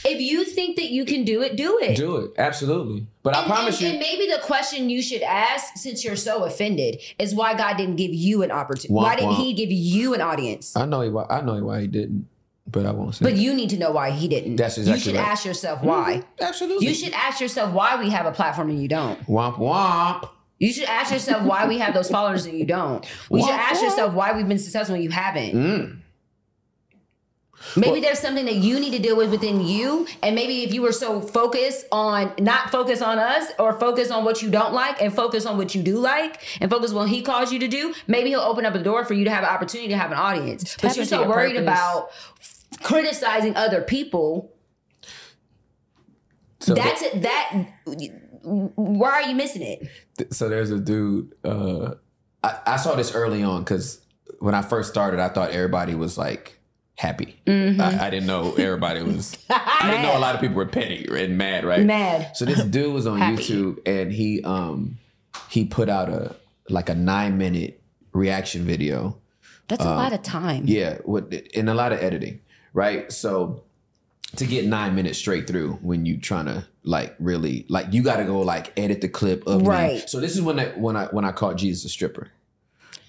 C: If you think that you can do it, do it.
D: do it. Absolutely. But I
C: and,
D: promise
C: and-
D: you.
C: and maybe the question you should ask, since you're so offended, is why God didn't give you an opportunity.
D: Womp Uh,
C: why didn't
D: womp.
C: He give you an audience?
D: I know he, why I know why he didn't. but I won't say.
C: But you need to know why he didn't.
D: That's
C: You
D: exactly
C: should
D: right. Mm-hmm.
C: ask yourself why.
D: Absolutely.
C: You should ask yourself why we have a platform and you don't.
D: Womp womp.
C: You should ask yourself why we have those followers and you don't. We should
D: Why-
C: ask
D: why?
C: yourself why we've been successful and you haven't.
D: Mm.
C: Maybe
D: Mm-hmm. Well-
C: there's something that you need to deal with within you. And maybe if you were so focused on not focus on us or focus on what you don't like and focus on what you do like and focus on what he calls you to do, maybe he'll open up a door for you to have an opportunity to have an audience. But you're
A: into
C: so
A: your
C: worried
A: purpose.
C: about criticizing other people
D: So
C: That's it. That why are you missing it?
D: th- so there's a dude. Uh, I, I saw this early on because when I first started, I thought everybody was like happy. I, I didn't know everybody was. I didn't know a lot of people were petty and mad, right?
C: Mad.
D: So this dude was on YouTube and he um he put out a like a nine minute reaction video.
C: That's a lot of time.
D: Uh, Yeah, with in a lot of editing, right? So to get nine minutes straight through when you trying to like really like you got to go like edit the clip of me.
C: Right.
D: So this is when I when I when I called Jesus a stripper,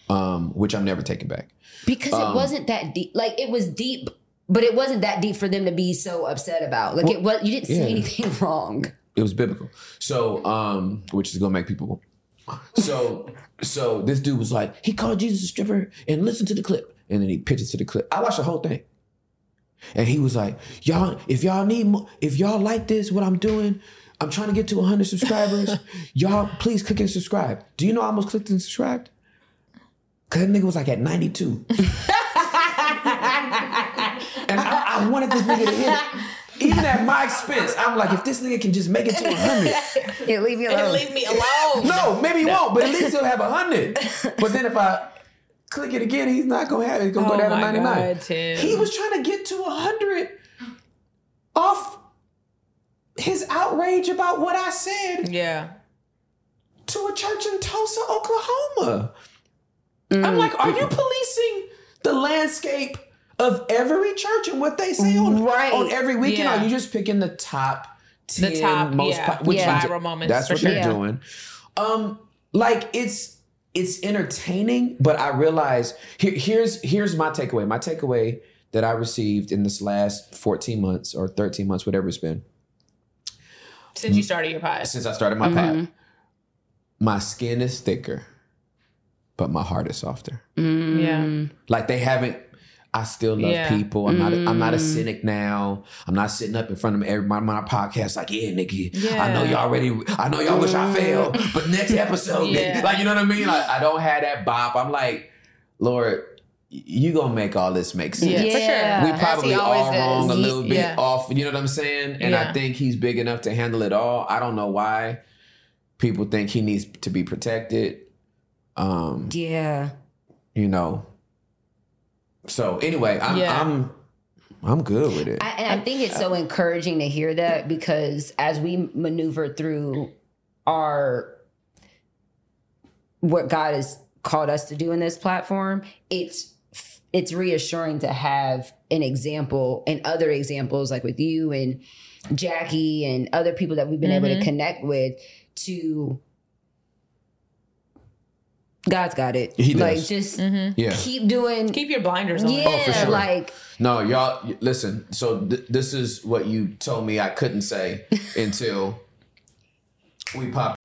D: um, which I'm never taking back.
C: Because it
D: um,
C: wasn't that deep. Like it was deep, but it wasn't that deep for them to be so upset about. Like it was. You didn't
D: yeah.
C: say anything wrong.
D: It was biblical. So um, which is gonna make people. So so this dude was like he called Jesus a stripper and listen to the clip and then he pitches to the clip. I watched the whole thing. And he was like, "Y'all, if y'all need, mo- if y'all like this, what I'm doing, I'm trying to get to 100 subscribers. y'all, please click and subscribe. Do you know I almost clicked and subscribed? Cause that nigga was like at 92, and I, I wanted this nigga to hit it. Even at my expense, I'm like, if this nigga can just make it to 100,
C: Yeah, leave me alone.
E: Leave me alone.
D: no, maybe he won't, but at least he'll have 100. But then if I click it again, he's not gonna have it. He's gonna
E: Oh
D: go down to 99. He was trying to get to 100 off his outrage about what I said
E: Yeah.
D: to a church in Tulsa, Oklahoma.
E: Mm.
D: I'm like, are you policing the landscape of every church and what they say on,
C: Right.
D: on every weekend?
E: Yeah.
D: Or are you just picking the top 10
E: The top,
D: most
E: yeah,
D: po- which
C: Yeah.
D: you do-
E: viral moments.
D: That's
E: for
D: what
E: sure.
D: they're doing. Um, like it's it's entertaining, but I realize here, here's here's my takeaway. My takeaway that I received in this last 14 months or 13 months, whatever it's been,
E: Since you started your pod.
D: since I started my
E: Mm-hmm.
D: pad. My skin is thicker, but my heart is softer.
C: Mm.
E: Yeah.
D: Like they haven't. I still love
E: Yeah. Mm.
D: people. I'm not. A, I'm not a cynic now. I'm not sitting up in front of everybody on my podcast like, yeah, nigga. I know
E: Yeah. Mm.
D: y'all already. I know y'all wish I failed, but next episode,
E: Yeah.
D: nigga. like you know what I mean. Like I don't have that bop. I'm like, Lord, y- you gonna make all this make sense.
E: Yeah, for sure.
D: We
E: As he
D: probably
E: Uh, always
D: all wrong a
E: does.
D: little bit
E: Yeah.
D: off. You know what I'm saying? And
E: Yeah.
D: I think he's big enough to handle it all. I don't know why people think he needs to be protected. Um,
C: Yeah.
D: you know. So anyway, I'm
E: Yeah.
D: I'm I'm good with it.
C: I, and I think it's so encouraging to hear that because as we maneuver through our what God has called us to do in this platform, it's it's reassuring to have an example and other examples like with you and Jackie and other people that we've been able to connect with to God's got it.
D: He does.
C: Like just
D: yeah.
C: keep doing
E: Mm-hmm. Keep your blinders on.
C: yeah,
D: Oh, for sure.
C: like
D: No, y'all y- listen. So th- this is what you told me I couldn't say until we popped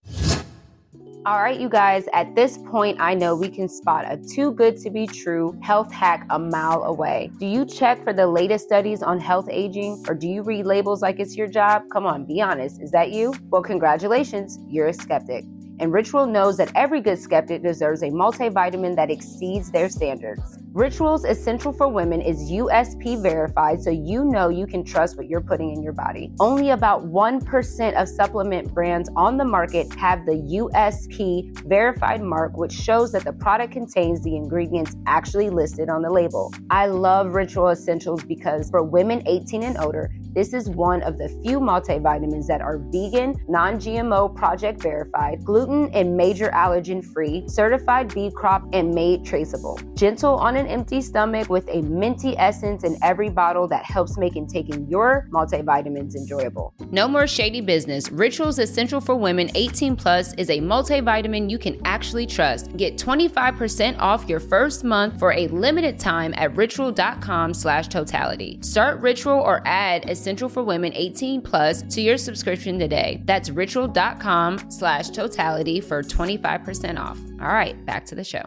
B: All right, you guys, at this point, I know we can spot a too good to be true health hack a mile away. Do you check for the latest studies on health aging or do you read labels like it's your job? Come on, be honest. Is that you? Well, congratulations, you're a skeptic. And Ritual knows that every good skeptic deserves a multivitamin that exceeds their standards. Ritual's Essential for Women is USP verified, so you know you can trust what you're putting in your body. Only about 1% of supplement brands on the market have the USP verified mark, which shows that the product contains the ingredients actually listed on the label. I love Ritual Essentials because for women 18 and older, This is one of the few multivitamins that are vegan, non GMO, project verified, gluten and major allergen free, certified bee crop, and made traceable. Gentle on an empty stomach with a minty essence in every bottle that helps making taking your multivitamins enjoyable. No more shady business. Rituals Essential for Women 18 Plus is a multivitamin you can actually trust. Get 25% off your first month for a limited time at ritual.com slash totality. Start Ritual or add Essential for Women 18 Plus to your subscription today. That's ritual.com slash totality for 25% off. All right, back to the show.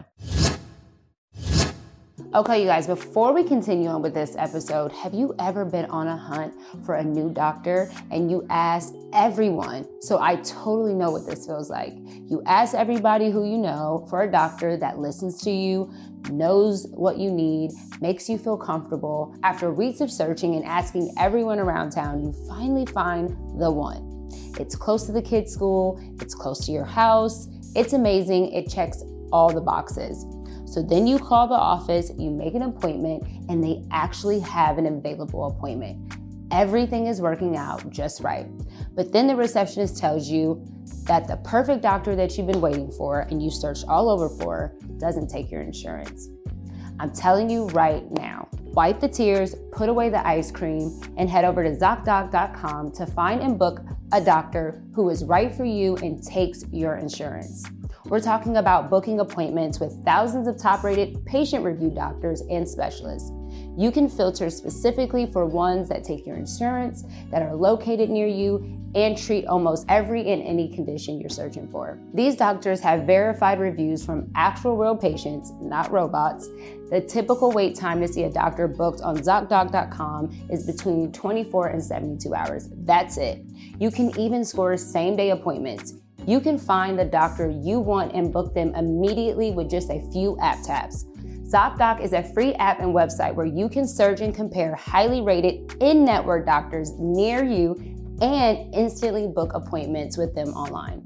B: Okay, you guys, before we continue on with this episode, have you ever been on a hunt for a new doctor and you asked everyone? So I totally know what this feels like. You ask everybody who you know for a doctor that listens to you, knows what you need, makes you feel comfortable. After weeks of searching and asking everyone around town, you finally find the one. It's close to the kids' school, it's close to your house, it's amazing, it checks all the boxes. So then you call the office, you make an appointment, and they actually have an available appointment. Everything is working out just right. But then the receptionist tells you that the perfect doctor that you've been waiting for and you searched all over for doesn't take your insurance. I'm telling you right now. Wipe the tears, put away the ice cream, and head over to ZocDoc.com to find and book a doctor who is right for you and takes your insurance. We're talking about booking appointments with thousands of top rated patient review doctors and specialists. You can filter specifically for ones that take your insurance, that are located near you, and treat almost every and any condition you're searching for. These doctors have verified reviews from actual real patients, not robots. The typical wait time to see a doctor booked on ZocDoc.com is between 24 and 72 hours. That's it. You can even score same day appointments. You can find the doctor you want and book them immediately with just a few app taps. ZocDoc is a free app and website where you can search and compare highly rated in network doctors near you and instantly book appointments with them online.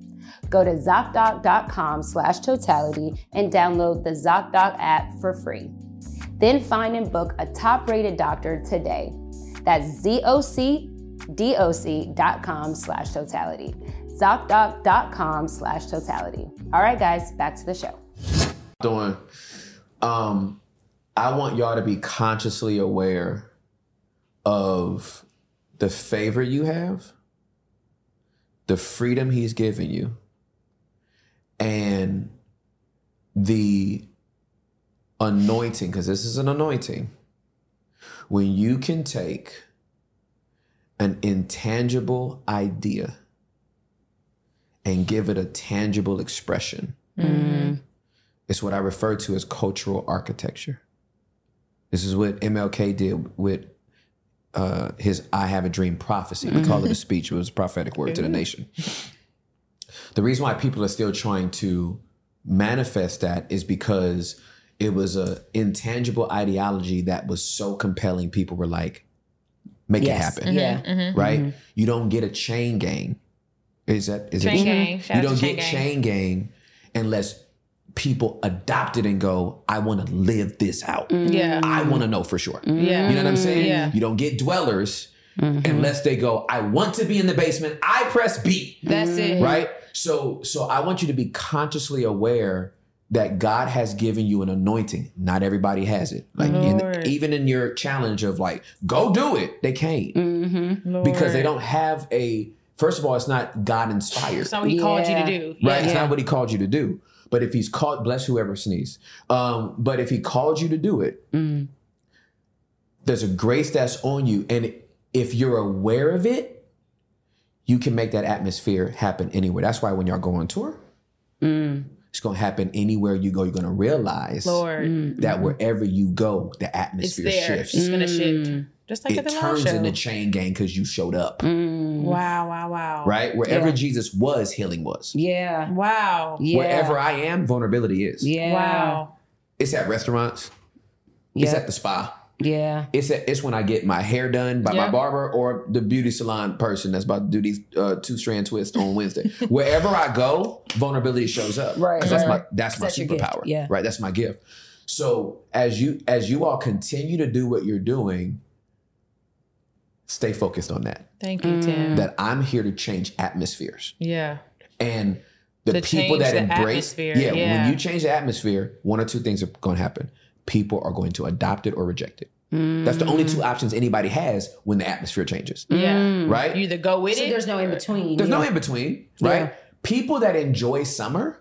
B: Go to ZocDoc.com slash totality and download the ZocDoc app for free. Then find and book a top rated doctor today. That's ZocDoc.com slash totality. ZocDoc.com slash totality. All right, guys, back to the show.
D: doing. Um, I want y'all to be consciously aware of the favor you have, the freedom he's given you, and the anointing, because this is an anointing. When you can take an intangible idea and give it a tangible expression. It's what I refer to as cultural architecture. This is what MLK did with uh, his I Have a Dream prophecy. We call it a speech, it was a prophetic word to the nation. The reason why people are still trying to manifest that is because it was a intangible ideology that was so compelling people were like make
C: Yes.
D: it happen
C: Yeah.
D: right you don't get a chain gang is that is it
E: Chain gang.
D: you
E: Shout out to
D: don't
E: chain
D: get
E: gang.
D: chain gang unless people adopt it and go, I want to live this out.
E: Yeah.
D: I want to know for sure.
E: Yeah.
D: You know what I'm saying?
E: Mm. Yeah. Mm-hmm.
D: You don't get dwellers unless they go, I want to be in the basement. I press B.
E: That's it.
D: Right? So so I want you to be consciously aware that God has given you an anointing. Not everybody has it. Like in,
E: Lord.
D: even in your challenge of like, go do it, they can't
C: Mm-hmm.
D: because they don't have a first of all, it's not God inspired.
E: That's not what he called you
C: Yeah.
E: to do.
D: Right?
E: Yeah.
D: It's not what he called you to do. But if he's called, bless whoever sneezed. Um, but if he called you to do it,
E: Mm.
D: there's a grace that's on you. And if you're aware of it, you can make that atmosphere happen anywhere. That's why when y'all go on tour,
C: Mm,
D: it's going to happen anywhere you go. You're going to realize
E: Lord.
C: mm.
E: Mm-hmm.
D: that wherever you go, the
E: It's
D: atmosphere
E: there.
D: shifts.
E: It's
B: Mm,
E: gonna shift. Just like at
D: It
E: the live
D: turns
E: show. Mm-hmm.
D: into chain gang because you showed up,
B: mm.
E: wow, wow, wow.
D: right? Wherever Jesus was, healing was.
C: Yeah.
E: Wow.
C: Yeah.
D: Wherever I am, vulnerability is.
C: Yeah.
E: Wow.
D: It's at restaurants. It's
C: Yeah.
D: at the spa.
C: Yeah.
D: It's at, it's when I get my hair done by
E: Yeah.
D: my barber or the beauty salon person that's about to do these uh, two strand twists on Wednesday. Wherever I go, vulnerability shows up.
C: Right,
D: 'Cause that's my that's my
C: that's your gift.
D: superpower.
C: Yeah.
D: Right. That's my gift. So as you as you all continue to do what you're doing, stay focused on that.
F: Thank you,
C: Mm.
F: Tim.
D: That I'm here to change atmospheres.
F: Yeah.
D: And the
F: To change
D: people that
F: the
D: embrace
F: atmosphere,
D: yeah,
F: yeah.
D: when you change the atmosphere, one or two things are going to happen. People are going to adopt it or reject it. That's the only
F: Mm.
D: two options anybody has when the atmosphere changes,
F: Yeah.
D: right?
F: Mm. You either go with
C: Mm. So
F: it.
C: there's no in between.
D: There's
C: yeah.
D: no in between, right?
C: Yeah.
D: People that enjoy summer,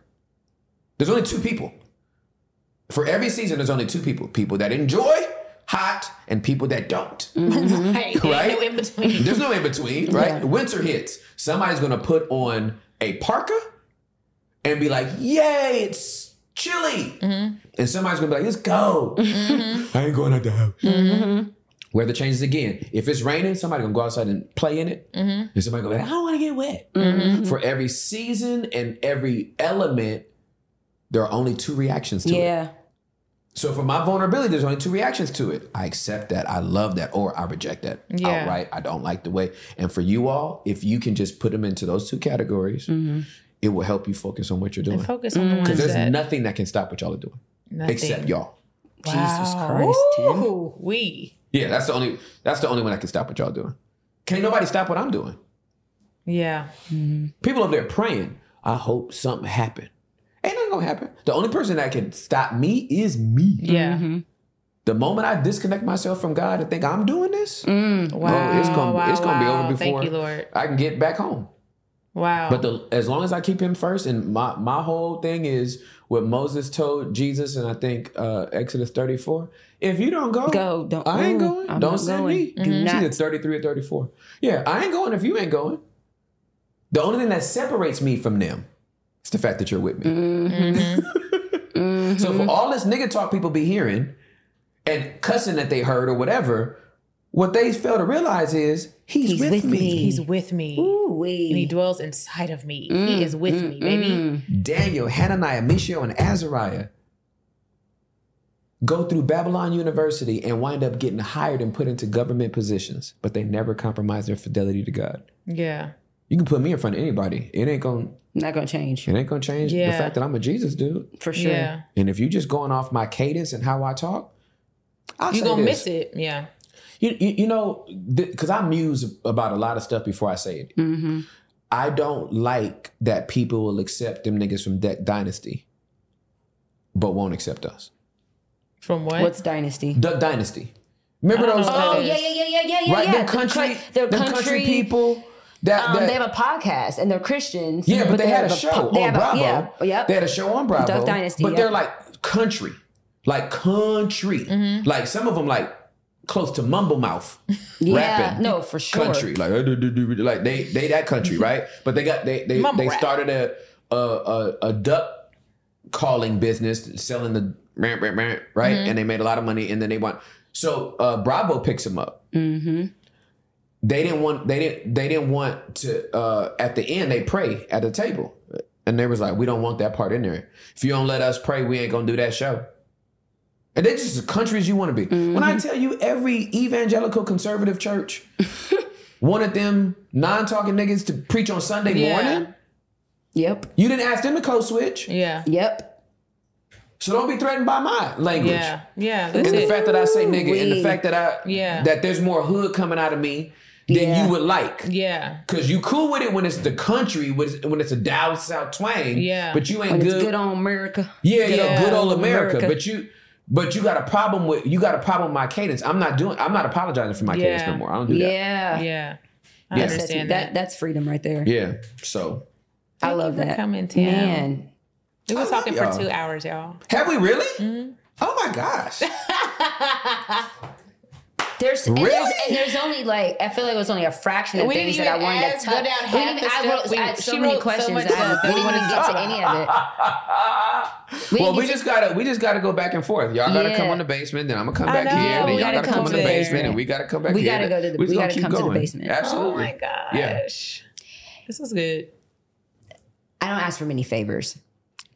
D: there's only two people. For every season, there's only two people people that enjoy hot and people that don't.
E: Right.
D: Right?
E: No in between.
D: There's no in between, right? Winter hits. Somebody's gonna put on a parka and be like, "Yay, it's chilly," and somebody's gonna be like, "Let's go." I ain't going out the house.
B: Mm-hmm.
D: Weather changes again. If it's raining, somebody gonna go outside and play in it, and somebody gonna be like, "I don't want to get wet."
B: Mm-hmm.
D: For every season and every element, there are only two reactions to it.
C: Yeah.
D: So for my vulnerability, there's only two reactions to it. I accept that, I love that, or I reject that
F: Yeah.
D: outright. I don't like the way. And for you all, if you can just put them into those two categories, it will help you focus on what you're doing.
F: Mm-hmm. and focus on the
C: Mm.
D: Because
F: ones
D: there's
F: that
D: nothing that can stop what y'all are doing
F: nothing.
D: except y'all.
C: Jesus
F: Wow.
C: Christ, Tim.
F: Ooh, we.
D: Yeah, that's the only that's the only one that can stop what y'all doing. Can't nobody stop what I'm doing.
F: Yeah.
D: People over there praying. I hope something happened. Ain't nothing gonna happen. The only person that can stop me is me.
F: Yeah.
C: Mm-hmm.
D: The moment I disconnect myself from God and think I'm doing this,
F: Wow.
D: Oh, it's gonna-
F: wow,
D: it's gonna be over
F: wow.
D: before-
F: Thank you, Lord.
D: I can get back home.
F: Wow.
D: But the, as long as I keep him first, and my, my whole thing is what Moses told Jesus, and I think uh, Exodus 34 if you don't go,
C: Go. Don't.
D: I ain't
C: Mm,
D: going.
C: I'm
D: don't
C: not
D: send
C: going.
D: me.
C: Do
D: It's
C: not.
D: either 33 or 34. Yeah, I ain't going if you ain't going. The only thing that separates me from them is the fact that you're with me. So for all this nigga talk people be hearing and cussing that they heard or whatever, what they fail to realize is he's,
C: He's
D: with,
C: with
D: me.
C: me.
F: He's with me.
C: Ooh, Mm,
F: And he
C: wee.
F: dwells inside of me. he is with me, baby.
C: mm.
D: Mm. Daniel, Hananiah, Mishael, and Azariah go through Babylon University and wind up getting hired and put into government positions, but they never compromise their fidelity to God.
F: Yeah.
D: You can put me in front of anybody. It ain't gonna
C: Not gonna change
D: it ain't gonna change the
F: Yeah.
D: fact that I'm a Jesus dude.
C: for sure.
F: Yeah.
D: And if you just going off my cadence and how I talk, I'll
F: You're
D: say
F: gonna
D: this.
F: miss it. Yeah.
D: You, you, you know, because I muse about a lot of stuff before I say it.
C: Mm-hmm.
D: I don't like that people will accept them niggas from Deck Dynasty, but won't accept us.
F: From what?
C: What's dynasty?
D: Duck Dynasty. Remember
F: I don't
D: those?
F: know what
C: Oh
F: That
C: yeah,
F: is-
C: yeah, yeah, yeah, yeah, yeah.
D: right,
C: yeah.
D: them country,
C: the
D: them country, people. That,
C: Um,
D: that-
C: they have a podcast and they're Christians.
D: yeah, but, they, had
C: have
D: a show
C: po- they
D: on
C: have a-
D: Bravo.
C: Yeah, yep.
D: They had a show on Bravo.
C: Duck Dynasty,
D: But
C: yeah. Mm-hmm.
D: they're like country, like country,
F: Mm-hmm.
D: like some of them like close to mumble mouth
C: yeah,
D: rapping.
C: no, for sure.
D: country, like uh, do, do, do, do, like they they that country, right? But they got they they,
F: Mumble
D: they
F: rap.
D: started a, a a a duck calling business, selling the rant, rant, rant, right? And they made a lot of money, and then they want so uh, Bravo picks them up.
C: Mm-hmm.
D: They didn't want they didn't they didn't want to uh, at the end they pray at the table, and they was like, we don't want that part in there. If you don't let us pray, we ain't gonna do that show. And they're just the countries you want to be. When I
F: Mm-hmm.
D: tell you, every evangelical conservative church wanted them non-talking niggas to preach on Sunday
F: Yeah.
D: morning.
C: Yep,
D: You didn't ask them to code switch,
F: yeah.
C: yep.
D: so don't be threatened by my language.
F: Yeah. Yeah. That's
D: And the
F: it.
D: fact that I say nigga, and the
C: Ooh-wee.
D: fact that I
F: Yeah.
D: that there's more hood coming out of me than
C: Yeah.
D: you would like.
F: yeah.
D: Cause you cool with it when it's the country, when it's, when it's a down south twang.
F: Yeah.
D: But you ain't
C: But
D: good.
C: it's good on America.
D: yeah, yeah,
F: Yeah.
D: good old America.
C: America.
D: But you, but you got a problem with you got a problem with my cadence. I'm not doing. I'm not apologizing for my cadence
F: Yeah.
D: no more. I don't do
C: Yeah,
D: that.
F: Yeah. I
D: Yeah.
C: That's-
F: understand
C: that.
F: that.
C: That's freedom right there.
D: Yeah. So
C: I love
F: Thank you for
C: that.
F: coming, Tim.
C: Man,
F: We
D: I
F: were
D: love
F: talking for
D: y'all.
F: two hours, y'all.
D: have we really?
C: Mm-hmm.
D: Oh my gosh.
C: there's and,
D: Really?
C: there's and there's only like I feel like it was only a fraction of
E: We didn't
C: things that I
E: even
C: wanted to
E: ask- go
C: touch.
E: down
C: We
E: half
C: didn't even-
E: the
C: I wrote
E: stuff we-
C: I had so
E: she
C: many
E: wrote so
C: questions.
E: much
C: I,
E: stuff
C: we
E: that we
C: didn't even
E: wanted
C: get to any of it. We
D: well,
C: didn't
D: we
C: get
D: just gotta we just gotta go back and forth. Y'all gotta come
C: Yeah.
D: on the basement, then I'm gonna come
F: I
D: back
F: know,
D: here, then
F: we
D: y'all
F: gotta
D: gotta come
F: come
D: in the
F: to
D: basement,
F: there.
D: and we gotta come back
C: We
D: here.
C: gotta go to the-
D: We just
C: we
D: gonna
C: gotta
D: keep
C: come to the
D: going.
C: basement.
F: Oh
D: Absolutely.
F: my gosh.
D: Yeah.
F: This was good.
C: I don't ask for many favors,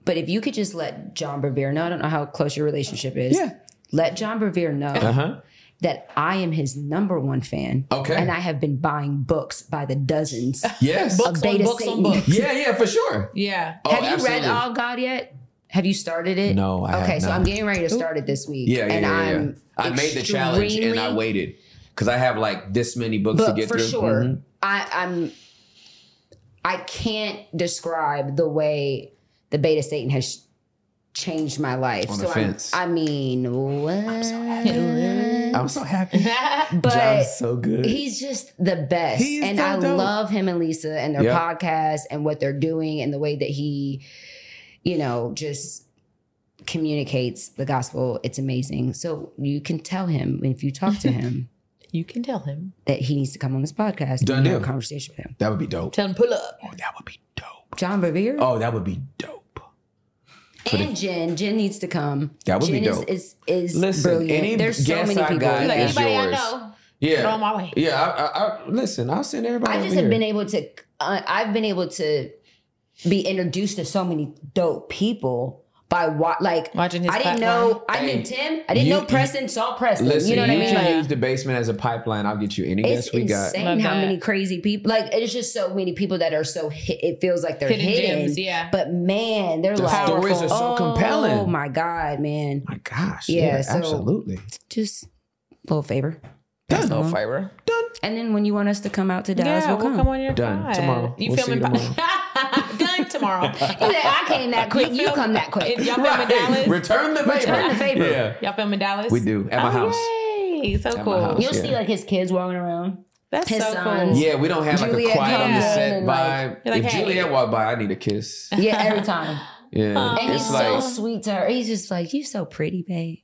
C: but if you could just let John Bevere know, I don't know how close your relationship is.
D: Yeah.
C: Let John Bevere know
D: Uh huh.
C: that I am his number one fan.
D: Okay. Oh,
C: And I have been buying books by the dozens.
D: Yes.
F: Books on
C: beta
F: books on
C: Satan.
F: books.
D: yeah, yeah, for sure.
F: Yeah.
D: Oh,
C: have you
D: absolutely.
C: read All God yet? Have you started it?
D: No, I have
C: Okay, so
D: not.
C: I'm getting ready to start it this week.
D: Yeah, yeah,
C: and
D: yeah, yeah.
C: I'm
D: I made the challenge and I
C: extremely-
D: waited. because I have like this many books to
C: but
D: get
C: for
D: through.
C: sure
D: Mhm.
C: I, i'm i can't describe the way the beta satan has changed my life
D: On
C: so
D: the
C: I'm-
D: fence.
C: i mean what
D: I'm so happy.
C: but
D: John's so good.
C: He's just the best.
D: He is
C: and
D: so
C: I
D: dope.
C: love him and Lisa and their
D: Yep.
C: podcast and what they're doing and the way that he, you know, just communicates the gospel. It's amazing. So you can tell him if you talk to him
F: You can tell him.
C: that he needs to come on this podcast
D: Done
C: and have a
D: deal.
C: conversation with him.
D: that would be dope.
E: Tell him pull up.
D: Oh, that would be dope.
C: John Revere
D: Oh, that would be dope.
C: and Jen. Jen needs to come.
D: That would be
C: Jen is-
D: dope.
C: Is is,
D: Listen,
C: brilliant.
D: any
C: There's so
D: guest
C: many
D: I
C: people.
D: got
E: Like
D: is
E: anybody
D: yours.
E: I know, throw him
D: Yeah,
E: my way.
D: yeah. I, I, I, listen, I'll send everybody.
C: I
D: over
C: just have
D: here.
C: been able to. Uh, I've been able to be introduced to so many dope people by what, like
F: Watching his
C: I didn't know. I knew Tim. I didn't
D: you-
C: know Preston. Saw Preston.
D: Listen,
C: you know what I mean?
D: can
C: Like,
D: use the basement as a pipeline. I'll get you any
C: it's
D: guest we got.
C: insane
F: Love
C: how
F: that.
C: many crazy people. Like it's just so many people that are so. Hit, it feels like they're
F: Hidden
C: hidden.
F: gems, yeah.
C: But man, they're
D: The
C: like
D: stories are so
C: oh, Oh
D: compelling.
C: my god, man!
D: My gosh.
C: Yeah,
D: Yeah,
C: so-
D: absolutely.
C: Just little favor.
D: Done.
C: Pass along.
F: fiber.
C: And then when you want us to come out to Dallas,
F: Yeah,
C: we'll come.
F: on your
D: Done.
F: pod.
D: Tomorrow.
F: You
D: We'll see
F: filming?
D: you
F: by- Done tomorrow.
C: He's like, I came that quick. You come that quick.
F: Y'all filming Dallas?
D: Return the favor.
C: Return the favor.
D: Yeah,
F: Y'all filming Dallas?
D: we do at my
F: oh,
D: house.
F: Yay. So
D: my
F: cool.
D: house.
C: You'll see
D: Yeah.
C: like his kids walking around.
F: That's
C: His
F: so
C: sons.
F: cool.
D: Yeah, we don't have like
C: Juliet
D: a quiet on the
F: comes
D: set
C: and,
D: vibe.
C: like-
F: You're like,
D: if
F: "Hey."
D: Juliet walked by, I need a kiss.
C: Yeah, every time.
D: Yeah,
C: And
D: it's
C: he's
D: like
C: so sweet to her. He's just like, "You so pretty, babe."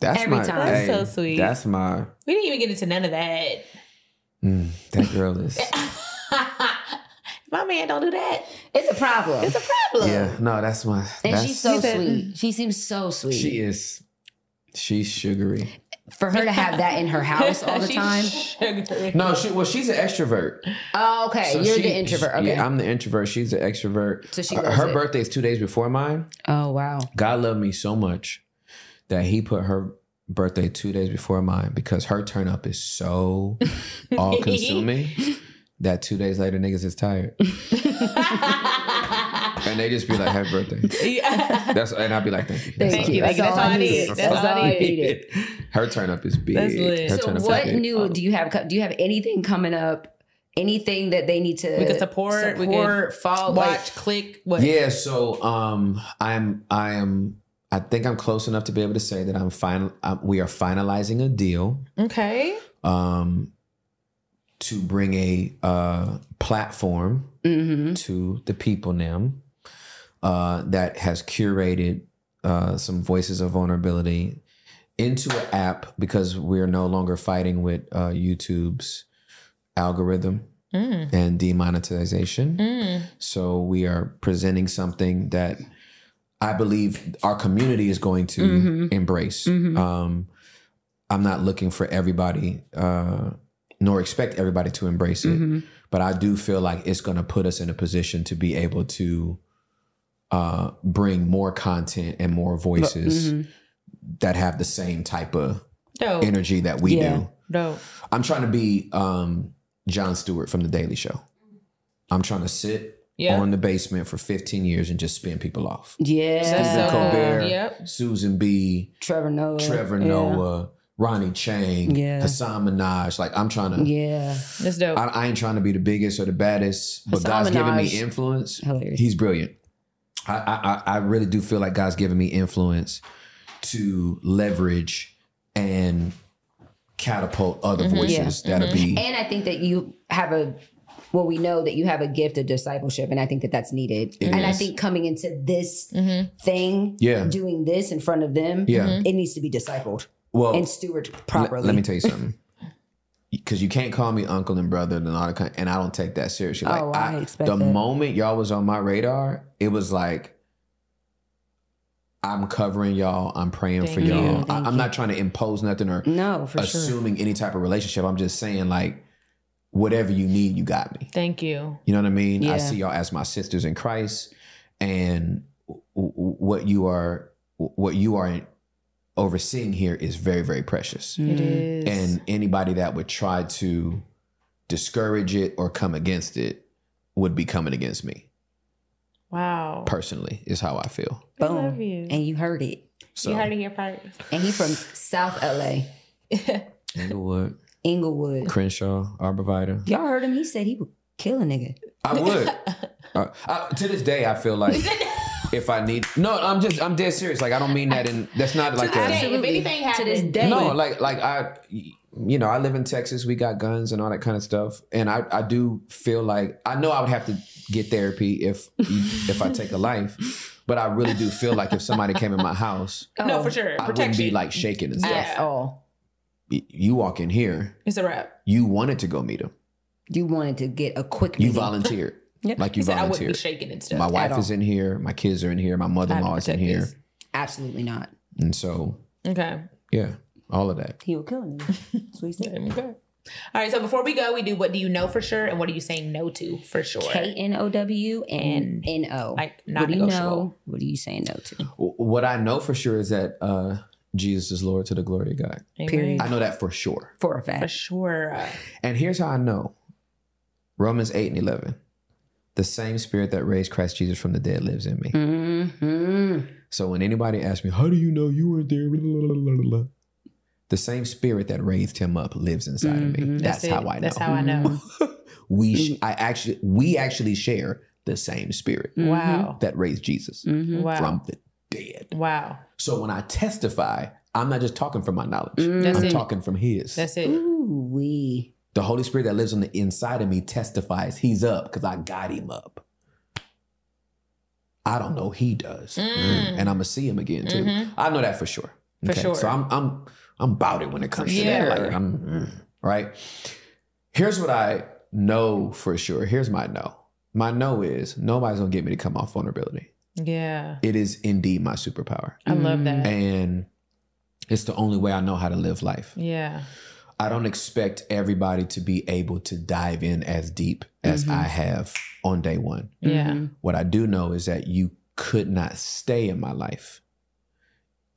D: that's
C: every
D: my.
C: time.
D: hey,
F: That's so sweet.
D: That's my.
F: We didn't even get into none of that.
D: mm, that girl is.
F: My man don't do that.
C: It's a problem. It's a problem.
D: yeah, no, that's my.
C: And
D: That's,
C: she's so
F: She said-
C: sweet. She seems so sweet.
D: She is. She's sugary.
C: For her to have that in her house all the
F: She's
C: time.
F: sugary.
D: No, she well, she's an extrovert.
C: Oh, okay.
D: So
C: You're
D: she-
C: the introvert.
D: she-
C: Okay.
D: Yeah, I'm the introvert. She's the extrovert.
C: So she
D: Her-
C: loves
D: her
C: it.
D: birthday is two days before mine.
C: oh, wow.
D: God loved me so much that He put her birthday two days before mine because her turn up is so all consuming that two days later niggas is tired and they just be like, "Happy birthday."
F: Yeah.
D: That's and I'll be like, "Thank you."
C: Thank you.
F: That's all I
C: needed.
F: need.
C: That's all I needed.
D: Her turn up is big.
F: That's lit.
D: Her
C: So,
D: turn up is
C: what
D: big.
C: new do you have? co- Do you have anything coming up? Anything that they need to
F: We could support, we could
C: support, follow,
F: Watch,
C: like-
F: click, what?
D: Yeah, so um I'm I am I think I'm close enough to be able to say that I'm final um, we are finalizing a deal
F: Okay.
D: um to bring a uh platform
C: Mhm.
D: to the people now uh that has curated uh some voices of vulnerability into an app because we're no longer fighting with uh YouTube's algorithm
F: Mm.
D: and demonetization.
F: Mm.
D: So we are presenting something that I believe our community is going to
C: Mhm.
D: embrace.
C: Mhm.
D: Um, I'm not looking for everybody, uh, nor expect everybody to embrace
B: Mm-hmm.
D: it,
C: Mhm.
D: but I do feel like it's going to put us in a position to be able to uh, bring more content and more voices
C: Mhm.
D: that have the same type of
F: Dope.
D: energy that we
C: Yeah.
D: do.
F: Dope.
D: I'm trying to be um, John Stewart from The Daily Show. I'm trying to sit
F: Yeah.
D: on the basement for 15 years and just spin people off.
C: Yeah.
D: Stephen
F: so cool.
D: Colbert,
F: Yep.
D: Susan B,
C: Trevor Noah.
D: Trevor
C: Uh, Yeah.
D: Noah, Ronnie Chang,
C: Yeah.
D: Hassan Minaj. Like I'm trying to.
C: Yeah.
F: That's dope.
D: I, I ain't trying to be the biggest or the baddest, but
C: Hassan
D: God's giving
C: Minaj.
D: me influence.
C: Hilarious.
D: He's brilliant. I, I I- I really do feel like God's giving me influence to leverage and catapult other voices that'll be
C: Mm-hmm. And I think that you have a well, we know that you have a gift of discipleship, and I think that that's needed.
D: It
C: and I
D: is.
C: think coming into this
F: Mhm.
C: thing,
D: Yeah.
C: doing this in front of them,
D: yeah.
C: it needs to be discipled
D: Well,
C: and stewarded
D: Le-
C: properly.
D: Let, me tell you something. Because you can't call me uncle and brother and all that kind, and I don't take that seriously. Like
C: Oh, I expect
D: the
C: that.
D: moment y'all was on my radar, it was like I'm covering y'all. I'm praying for
F: Thank you.
D: y'all. I,
C: Thank
D: am
C: you.
D: not trying to impose nothing or
C: no, for sure.
D: assuming any type of relationship. I'm just saying like whatever you need, you got me.
F: Thank you.
D: You know what I mean?
C: Yeah.
D: I see y'all as my sisters in Christ, and w- w- what you are, what you are overseeing here is very, very
C: Mm,
D: precious
F: It is.
D: Mm, and anybody that would try to discourage it or come against it would be coming against me
F: wow.
D: personally is how i feel
F: I love
C: Boom.
F: you.
C: And you heard it.
D: so
F: You heard it here first.
C: And he from South LA.
D: Inglewood.
C: Inglewood.
D: Crenshaw, Arborvitae.
C: Y'all heard him? He said he would kill a nigga.
D: I would. Uh, I- to this day, I feel like if I need no, I'm just I'm dead serious. Like I don't mean that, and that's not like
E: this
D: a,
E: day, if anything
C: to this
E: happened-
C: day,
D: no, like like I, you know, I live in Texas. We got guns and all that kind of stuff, and I I do feel like I know I would have to get therapy if if I take a life, but I really do feel like if somebody came in my house,
E: no, for sure.
D: I wouldn't
E: Protection.
D: be like shaking and stuff.
C: at all.
D: Y- You walk in here,
E: it's a wrap.
D: you wanted to go meet him,
C: You wanted to get a quick.
D: you
C: meeting.
D: volunteered,
C: Yeah.
D: like
E: He
D: you
E: said I wouldn't be
D: volunteered.
E: shaking and stuff.
D: My
C: at
D: wife is in here, my kids are in here, my mother in law is in here,
C: Absolutely not.
D: and so
E: Okay.
D: yeah, all of that.
C: He would kill a nigga. That's what he said.
E: Okay. All right. So before we go, we do what do you know for sure and what are you saying no to for sure?
C: K N O W and N O.
E: Like
C: What
E: not
C: do you
E: negotiable.
C: know? What are you saying no to?
D: W- What I know for sure is that uh, Jesus is Lord to the glory of God.
E: Amen.
C: Period.
D: I know that for sure.
C: For a
E: For
C: fact.
E: sure.
D: And here's how I know Romans 8 and 11. The same spirit that raised Christ Jesus from the dead lives in me.
E: Mm.
C: hmm
D: So when anybody asks me, How do you know you weren't there? Blah, blah, blah, blah, blah, blah. The same spirit that raised him up lives inside of me.
C: Mhm.
D: That's,
E: it.
D: how I know.
E: Mm-hmm.
D: Mm-hmm.
E: That's how I know.
D: we
E: Mm-hmm.
D: sh- I actually we actually share the same spirit
E: Wow.
D: that raised Jesus
C: hmm
E: Wow.
D: from the dead.
E: wow.
D: So when I testify, I'm not just talking from my knowledge.
C: Mm-hmm.
E: That's
D: Mm-hmm. I'm
E: it.
D: talking from his.
E: Mm-hmm. That's it.
C: Ooh wee.
D: the Holy Spirit that lives on the inside of me testifies he's up because I got him up. I don't know he does.
E: Mm.
D: And I'm gonna see him again too.
E: Mhm.
D: I know that for sure.
E: For sure.
D: So I'm I'm I'm about it when it comes to
E: sure.
D: that. Like I'm mm, right. Here's what I know for sure. Here's my no. My no is nobody's gonna get me to come off vulnerability.
E: Yeah.
D: It is indeed my superpower.
E: I love that.
D: And it's the only way I know how to live life.
E: Yeah.
D: I don't expect everybody to be able to dive in as deep as
E: Mm-hmm.
C: Mhm.
D: I have on day one.
E: Yeah.
C: Mhm.
D: What I do know is that you could not stay in my life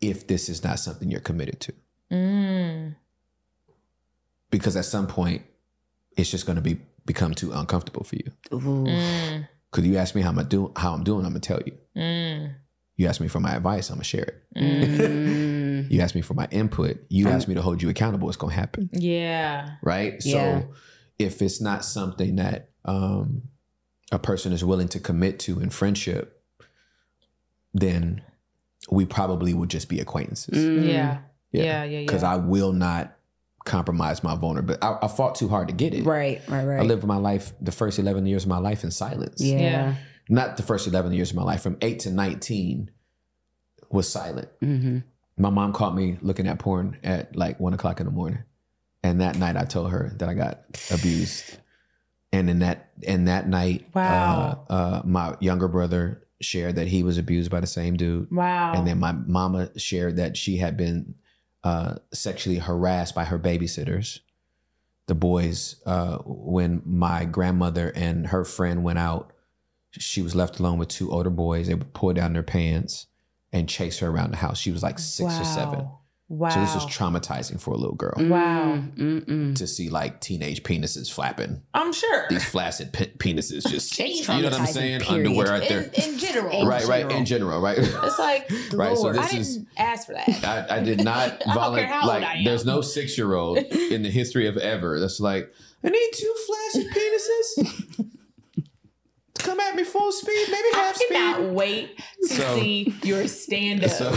D: if this is not something you're committed to.
E: Mm.
D: Because at some point, it's just going to be become too uncomfortable for you.
C: Ooh.
E: Mm.
D: Because you ask me how I'm doing, how I'm doing, I'm gonna tell you.
E: Mm.
D: You ask me for my advice, I'm gonna share it.
E: Mm.
C: Mm.
D: You ask me for my input, you
C: Um,
D: ask me to hold you accountable, it's gonna happen.
E: Yeah.
D: right?
C: Yeah.
D: So if it's not something that um, a person is willing to commit to in friendship, then we probably would just be acquaintances.
C: Mm.
E: Yeah.
D: Mm-hmm. Yeah.
E: Yeah. Yeah. Yeah.
D: Because I will not compromise my vulnerability. I, I fought too hard to get it.
C: Mm. Right. Right. Right.
D: I lived my life, the first 11 years of my life in silence.
C: Yeah.
E: Yeah.
D: Not the first 11 years of my life, from 8 to 19 was silent.
C: hmm
D: My mom caught me looking at porn at like one o'clock in the morning, and that night I told her that I got abused. And in that and that night,
E: Wow.
D: uh, uh, my younger brother shared that he was abused by the same dude,
E: wow.
D: and then my mama shared that she had been uh, sexually harassed by her babysitters. The boys, uh, when my grandmother and her friend went out, she was left alone with two older boys. They would pull down their pants and chase her around the house. She was like six or seven.
E: Wow. Mm.
D: So this was traumatizing for a little girl
E: Wow.
C: Mm-hmm. Mm-mm.
D: to see like teenage penises flapping.
E: I'm sure.
D: These flaccid pe- penises just,
C: It's
D: you know what I'm
C: traumatizing,
D: saying?
C: period.
D: Underwear out
E: In,
D: there.
E: in general.
C: In
D: right, right. In general, right?
E: It's like,
D: right. So
E: Lord, I
D: this
E: didn't
D: is.
E: ask for that.
D: I, I did not
E: I don't care
D: volunteer.
E: how old I
D: Like,
E: am.
D: there's no six year old in the history of ever that's like, I need two flashy penises. Come at me full speed, maybe
E: I
D: half speed.
E: cannot wait to
D: So-
E: see your stand up
D: So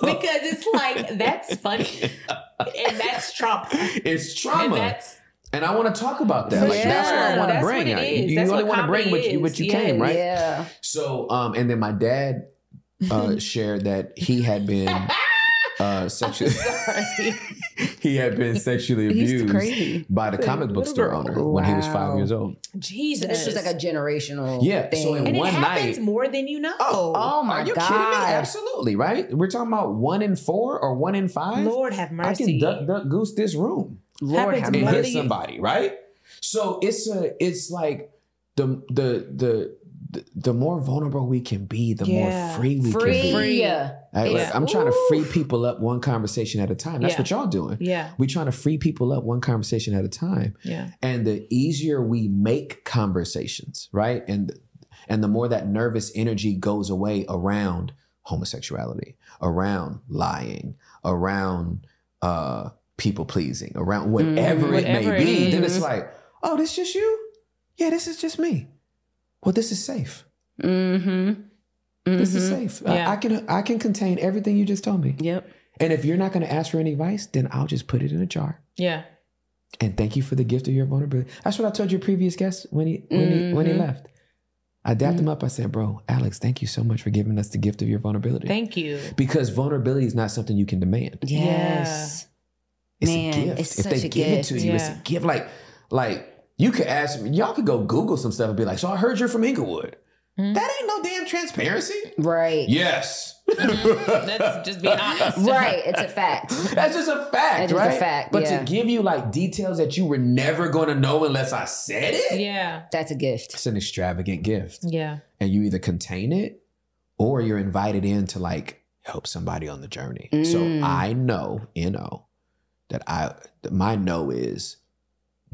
E: because it's like that's funny and that's trauma.
D: it's
E: And
D: trauma, and,
E: that's
D: I want to talk about that. Like that's what
E: Yeah,
D: I want to
E: that's what
D: bring.
E: it
D: Like,
E: is.
D: you
E: That's
D: only
E: what
D: want to bring what
E: comedy
D: you what you
E: is.
D: came,
E: Yeah.
D: right?
C: Yeah.
D: So, um, and then my dad uh, shared that he had been uh, sexually
E: sorry.
D: he had been sexually
C: He's
D: abused
C: crazy.
D: by the comic book store owner when he was five
C: Wow.
D: years old.
E: Jesus.
C: So this was like a generational.
D: Yeah,
C: Thing.
D: so in
E: and
D: one
E: it happens
D: night-
E: more than you know.
C: Oh my
D: Are you kidding me?
C: God.
D: Absolutely, right? We're talking about one in four or one in five.
E: Lord have
D: I can
E: mercy.
D: duck, duck, goose this room
C: Lord
E: happens
C: have
D: and
E: What
D: hit
E: do
C: mercy.
E: you-
D: somebody, right? So it's a, it's like the the the. The, the more vulnerable we can be, the
E: Yeah.
D: more free we
C: Free.
D: can be.
C: Yeah.
D: I,
E: Yeah.
D: am trying to
C: Ooh.
D: free people up one conversation at a time. That's
E: Yeah.
D: what y'all doing.
E: yeah,
D: We're trying to free people up one conversation at a time.
E: yeah.
D: And the easier we make conversations, right? And and the more that nervous energy goes away around homosexuality, around lying, around uh people pleasing, around whatever
E: Mhm.
D: it
E: Whatever
D: may
E: it
D: be, then
C: is.
D: it's like, oh, this just you? Yeah, this is just me. Well, this is safe.
C: Mm-hmm.
D: This is safe. I-
E: Mm-hmm. Yeah.
D: I, can I can contain everything you just told me.
C: Yep.
D: And if you're not going to ask for any advice, then I'll just put it in a jar.
E: Yeah.
D: And thank you for the gift of your vulnerability. That's what I told your previous guest when he when he when he
C: Mhm.
D: left. I dapped him up. I said, "Bro, Alex, thank you so much for giving us the gift of your vulnerability."
E: Thank you.
D: because vulnerability is not something you can demand.
C: Yes.
D: It's
C: Man,
D: a gift.
C: it's
D: if
C: such
D: they
C: a
D: give
C: gift.
D: it to you, it's
E: Yeah.
D: a gift. Like, like you could ask me, y'all could go Google some stuff and be like, so I heard you're from
C: Mm-hmm.
D: Inglewood.
E: Mhm.
D: That ain't no damn transparency.
C: Right.
D: Yes.
C: Mm-hmm.
E: Let's just be honest.
C: Right. It's a fact.
D: That's just a fact,
C: That is a
D: right?
C: fact,
D: But
C: yeah.
D: to give you like details that you were never gonna know unless I said it,
E: Yeah.
C: That's a gift.
D: it's an extravagant gift.
E: Yeah.
D: And you either contain it or you're invited in to like help somebody on the journey. So
C: Mm.
D: I know, you know, that I that my no is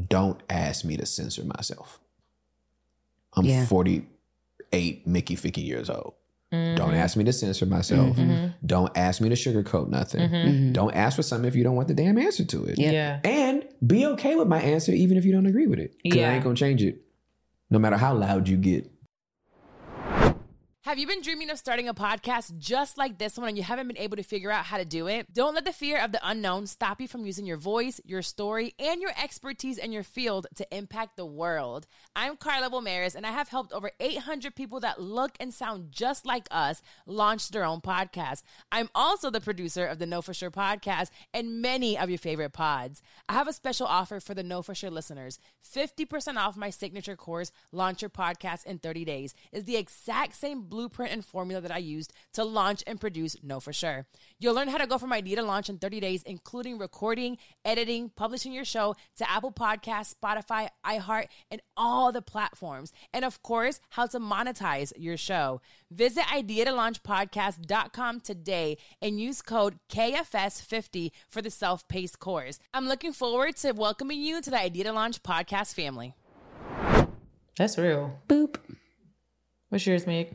D: don't ask me to censor myself. I'm
C: Yeah.
D: 48 Mickey Ficky years old.
E: Mhm.
C: Mm-hmm.
D: Don't ask me to censor myself.
C: Mhm.
E: Mm-hmm.
D: Don't ask me to sugarcoat nothing.
E: Mhm.
C: Mhm.
D: Don't ask for something if you don't want the damn answer to it.
C: Yeah.
E: Yeah.
D: And be okay with my answer even if you don't agree with it. Because
E: Yeah.
D: I ain't gonna change it. No matter how loud you get.
G: Have you been dreaming of starting a podcast just like this one and you haven't been able to figure out how to do it? Don't let the fear of the unknown stop you from using your voice, your story, and your expertise in your field to impact the world. I'm Carla Womaris, and I have helped over 800 people that look and sound just like us launch their own podcast. I'm also the producer of the Know For Sure podcast and many of your favorite pods. I have a special offer for the Know For Sure listeners 50% off my signature course, Launch Your Podcast in 30 Days, is the exact same blueprint and formula that I used to launch and produce Know For Sure. You'll learn how to go from idea to launch in 30 days, including recording, editing, publishing your show to Apple Podcasts, Spotify, iHeart, and all the platforms. And of course, how to monetize your show. Visit ideatolaunchpodcast.com today and use code KFS50 for the self paced course. I'm looking forward to welcoming you to the Idea to Launch podcast family.
E: That's real.
C: Boop.
E: What's yours, Meg?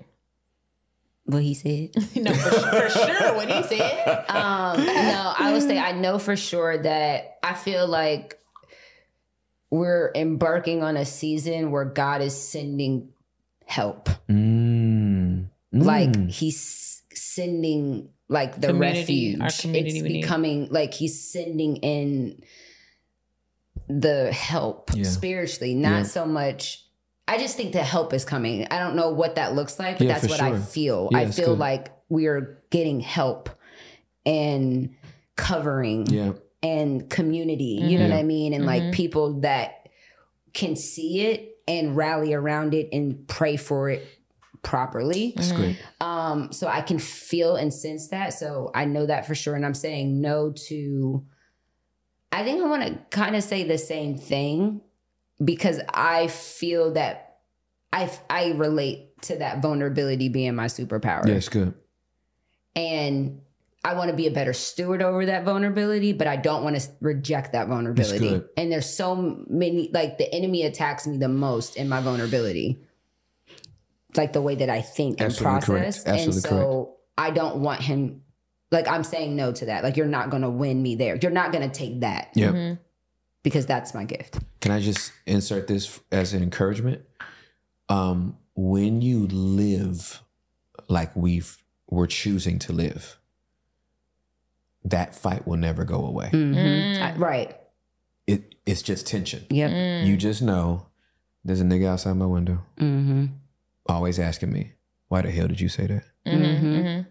C: What he said.
H: No, for, for sure. What he said.
C: Um, no, I would say I know for sure that I feel like we're embarking on a season where God is sending help.
D: Mm.
C: Like
D: Mm.
C: he's sending like the
E: Community, our
C: refuge.
E: community
C: it's
E: we need.
C: becoming like he's sending in the help
D: Yeah.
C: spiritually, not
D: Yeah.
C: so much. I just think the help is coming. I don't know what that looks like, but
D: Yeah,
C: that's
D: for
C: what I
D: sure.
C: feel.
D: Yeah,
C: I
D: it's
C: feel
D: good.
C: like we are getting help and covering
D: yeah.
C: and community. You know
D: Mhm.
C: what I mean? And
E: Mhm.
C: like people that can see it and rally around it and pray for it properly.
D: That's
E: Mhm.
D: great.
C: Um, so I can feel and sense that. So I know that for sure. And I'm saying no to, I think I want to kind of say the same thing because I feel that I, I relate to that vulnerability being my superpower
D: Yeah, it's good.
C: and I want to be a better steward over that vulnerability, but I don't want to reject that vulnerability.
D: good.
C: And there's so many, like the enemy attacks me the most in my vulnerability, like the way that I think
D: Absolutely
C: and
D: correct.
C: process. and
D: Absolutely
C: so I don't want him, like I'm saying no to that. Like you're not going to win me there. You're not going to take that
D: Yeah.
E: Mhm.
C: because that's my gift.
D: Can I just insert this as an encouragement? Um, when you live like we've we're choosing to live, that fight will never go away.
E: Mm.
C: I- right.
D: It it's just tension.
C: Yep.
E: Mm.
D: You just know there's a nigga outside my window
C: Mm-hmm.
D: always asking me, Why the hell did you say that?
E: Mhm.
C: Mhm.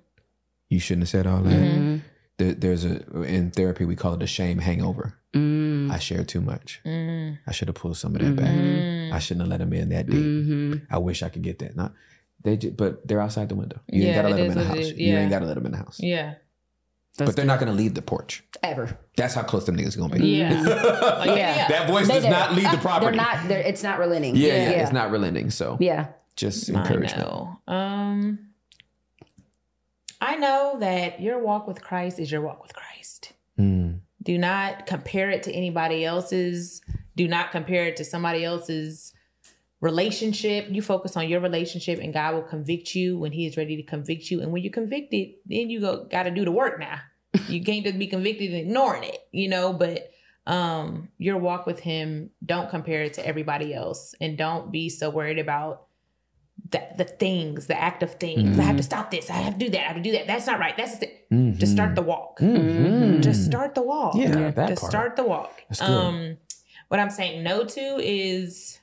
D: You shouldn't have said all
C: Mm-hmm.
D: that.
E: Mhm.
D: There, there's a in therapy we call it a shame hangover.
C: Mm-hmm.
D: I shared too much.
E: Mhm.
D: I should have pulled some of that back.
E: Mhm.
D: I shouldn't have let him in that deep.
C: Mm-hmm.
D: I wish I could get that. Not they, ju- but they're outside the window. You
E: Yeah,
D: ain't gotta
E: it
D: let them
E: is
D: in the
E: what it
D: house.
E: is.
D: You
E: Yeah.
D: ain't gotta let them in the house.
E: Yeah.
D: but they're not gonna leave the porch.
C: Ever.
D: That's how close them niggas gonna be.
E: Yeah.
C: yeah.
D: that voice
C: They
D: does
C: there.
D: not leave the
C: They're
D: property.
C: not, they're, it's not relenting.
D: yeah, yeah,
C: Yeah.
D: it's not relenting. So
C: Yeah.
D: just
E: I
D: encouragement.
E: know. Um, I know that your walk with Christ is your walk with Christ.
D: Mm,
E: Do not compare it to anybody else's. Do not compare it to somebody else's relationship. You focus on your relationship, and God will convict you when He is ready to convict you. And when you're convicted, then you go got to do the work now. you can't just be convicted and ignoring it, you know, but um your walk with him, don't compare it to everybody else and don't be so worried about the, the things, the act of things. I have to stop this. I have to do that. I have to do that. That's not right. That's the
D: mm-hmm.
E: Just
D: Mm.
E: start the walk.
D: Mhm.
E: Just start the walk.
D: Yeah, that
E: Just
D: part.
E: start the walk.
D: That's good.
E: Um, what I'm saying no to is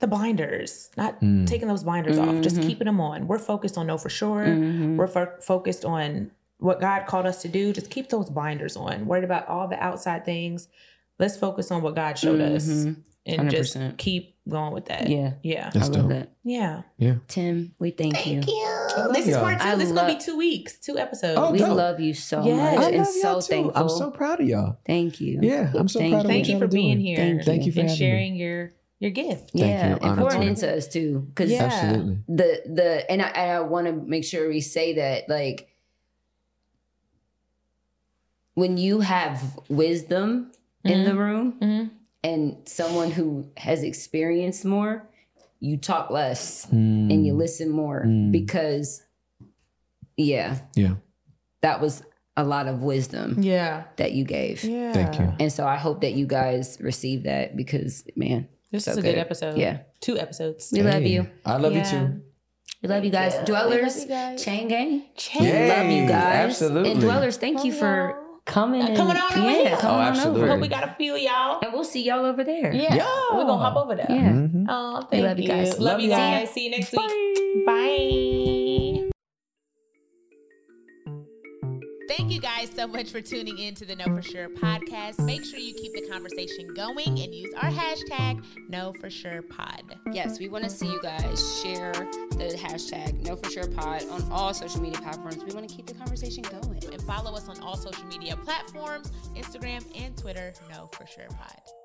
E: the blinders, not
D: Mm.
E: taking those blinders off, just keeping them on. We're focused on no for sure.
C: Mm-hmm.
E: We're fo- focused on what God called us to do. Just keep those blinders on. Worried about all the outside things. Let's focus on what God showed us
C: Mhm.
E: and just
C: 100%.
E: keep going with that.
C: Yeah.
E: Yeah.
C: I
D: That's
C: love
D: dope.
C: that.
E: Yeah.
C: Tim, we thank, you.
E: Thank you.
D: I love
E: This is
D: y'all.
E: part two.
C: I
E: this is
C: love-
E: going to be two weeks, two episodes.
D: Oh,
C: We
D: dope.
C: love you so
E: Yes.
C: much
E: I
C: and
D: love
C: so
D: y'all too.
C: thankful.
D: I'm so proud of y'all.
C: thank you.
D: Yeah, I'm so
C: Thank
D: proud of
C: you.
D: what
E: Thank you
D: y'all
E: for
D: are
E: being
D: doing.
E: here.
C: Thank
D: Thank you for
E: and
D: having me.
E: sharing your your gift.
D: Thank
C: yeah,
D: you,
C: and
D: honestly.
C: pouring into us too, because
E: Yeah.
D: Absolutely.
C: the the and I, and I want to make sure we say that like when you have wisdom in the room
E: Mhm.
C: and someone who has experienced more, you talk less
D: Mm.
C: and you listen more
D: Mm.
C: because yeah,
D: Yeah.
C: that was a lot of wisdom
E: Yeah.
C: that you gave.
E: Yeah.
D: Thank you.
C: And so I hope that you guys receive that because man,
E: This
C: So
E: is a
C: good.
E: good episode.
C: yeah.
E: Two episodes.
C: We love
D: Hey,
C: you.
D: I love
E: Yeah.
D: you too.
C: We love you guys. Dwellers, chain gang. We
D: Yay,
C: love you guys.
D: Absolutely.
C: And dwellers, thank you for coming.
E: Uh,
C: And,
E: coming on over
C: yeah,
E: here.
C: coming
D: Oh,
C: on
D: absolutely.
C: over.
E: We got a few, y'all.
C: And we'll see y'all over there.
E: Yeah.
D: Yeah.
E: We're going to hop over there.
C: Yeah.
D: Mhm.
E: Oh,
C: We
E: thank
C: love you guys.
E: Love,
C: Love
E: you
C: you. See ya.
E: guys. See you next week. Bye.
A: Thank you guys so much for tuning in to the Know For Sure podcast. Make sure you keep the conversation going and use our hashtag KnowForSurePod.
B: Yes, we want to see you guys share the hashtag No For Sure Pod on all social media platforms. We want to keep the conversation going.
A: And follow us on all social media platforms Instagram and Twitter, Know For Sure Pod.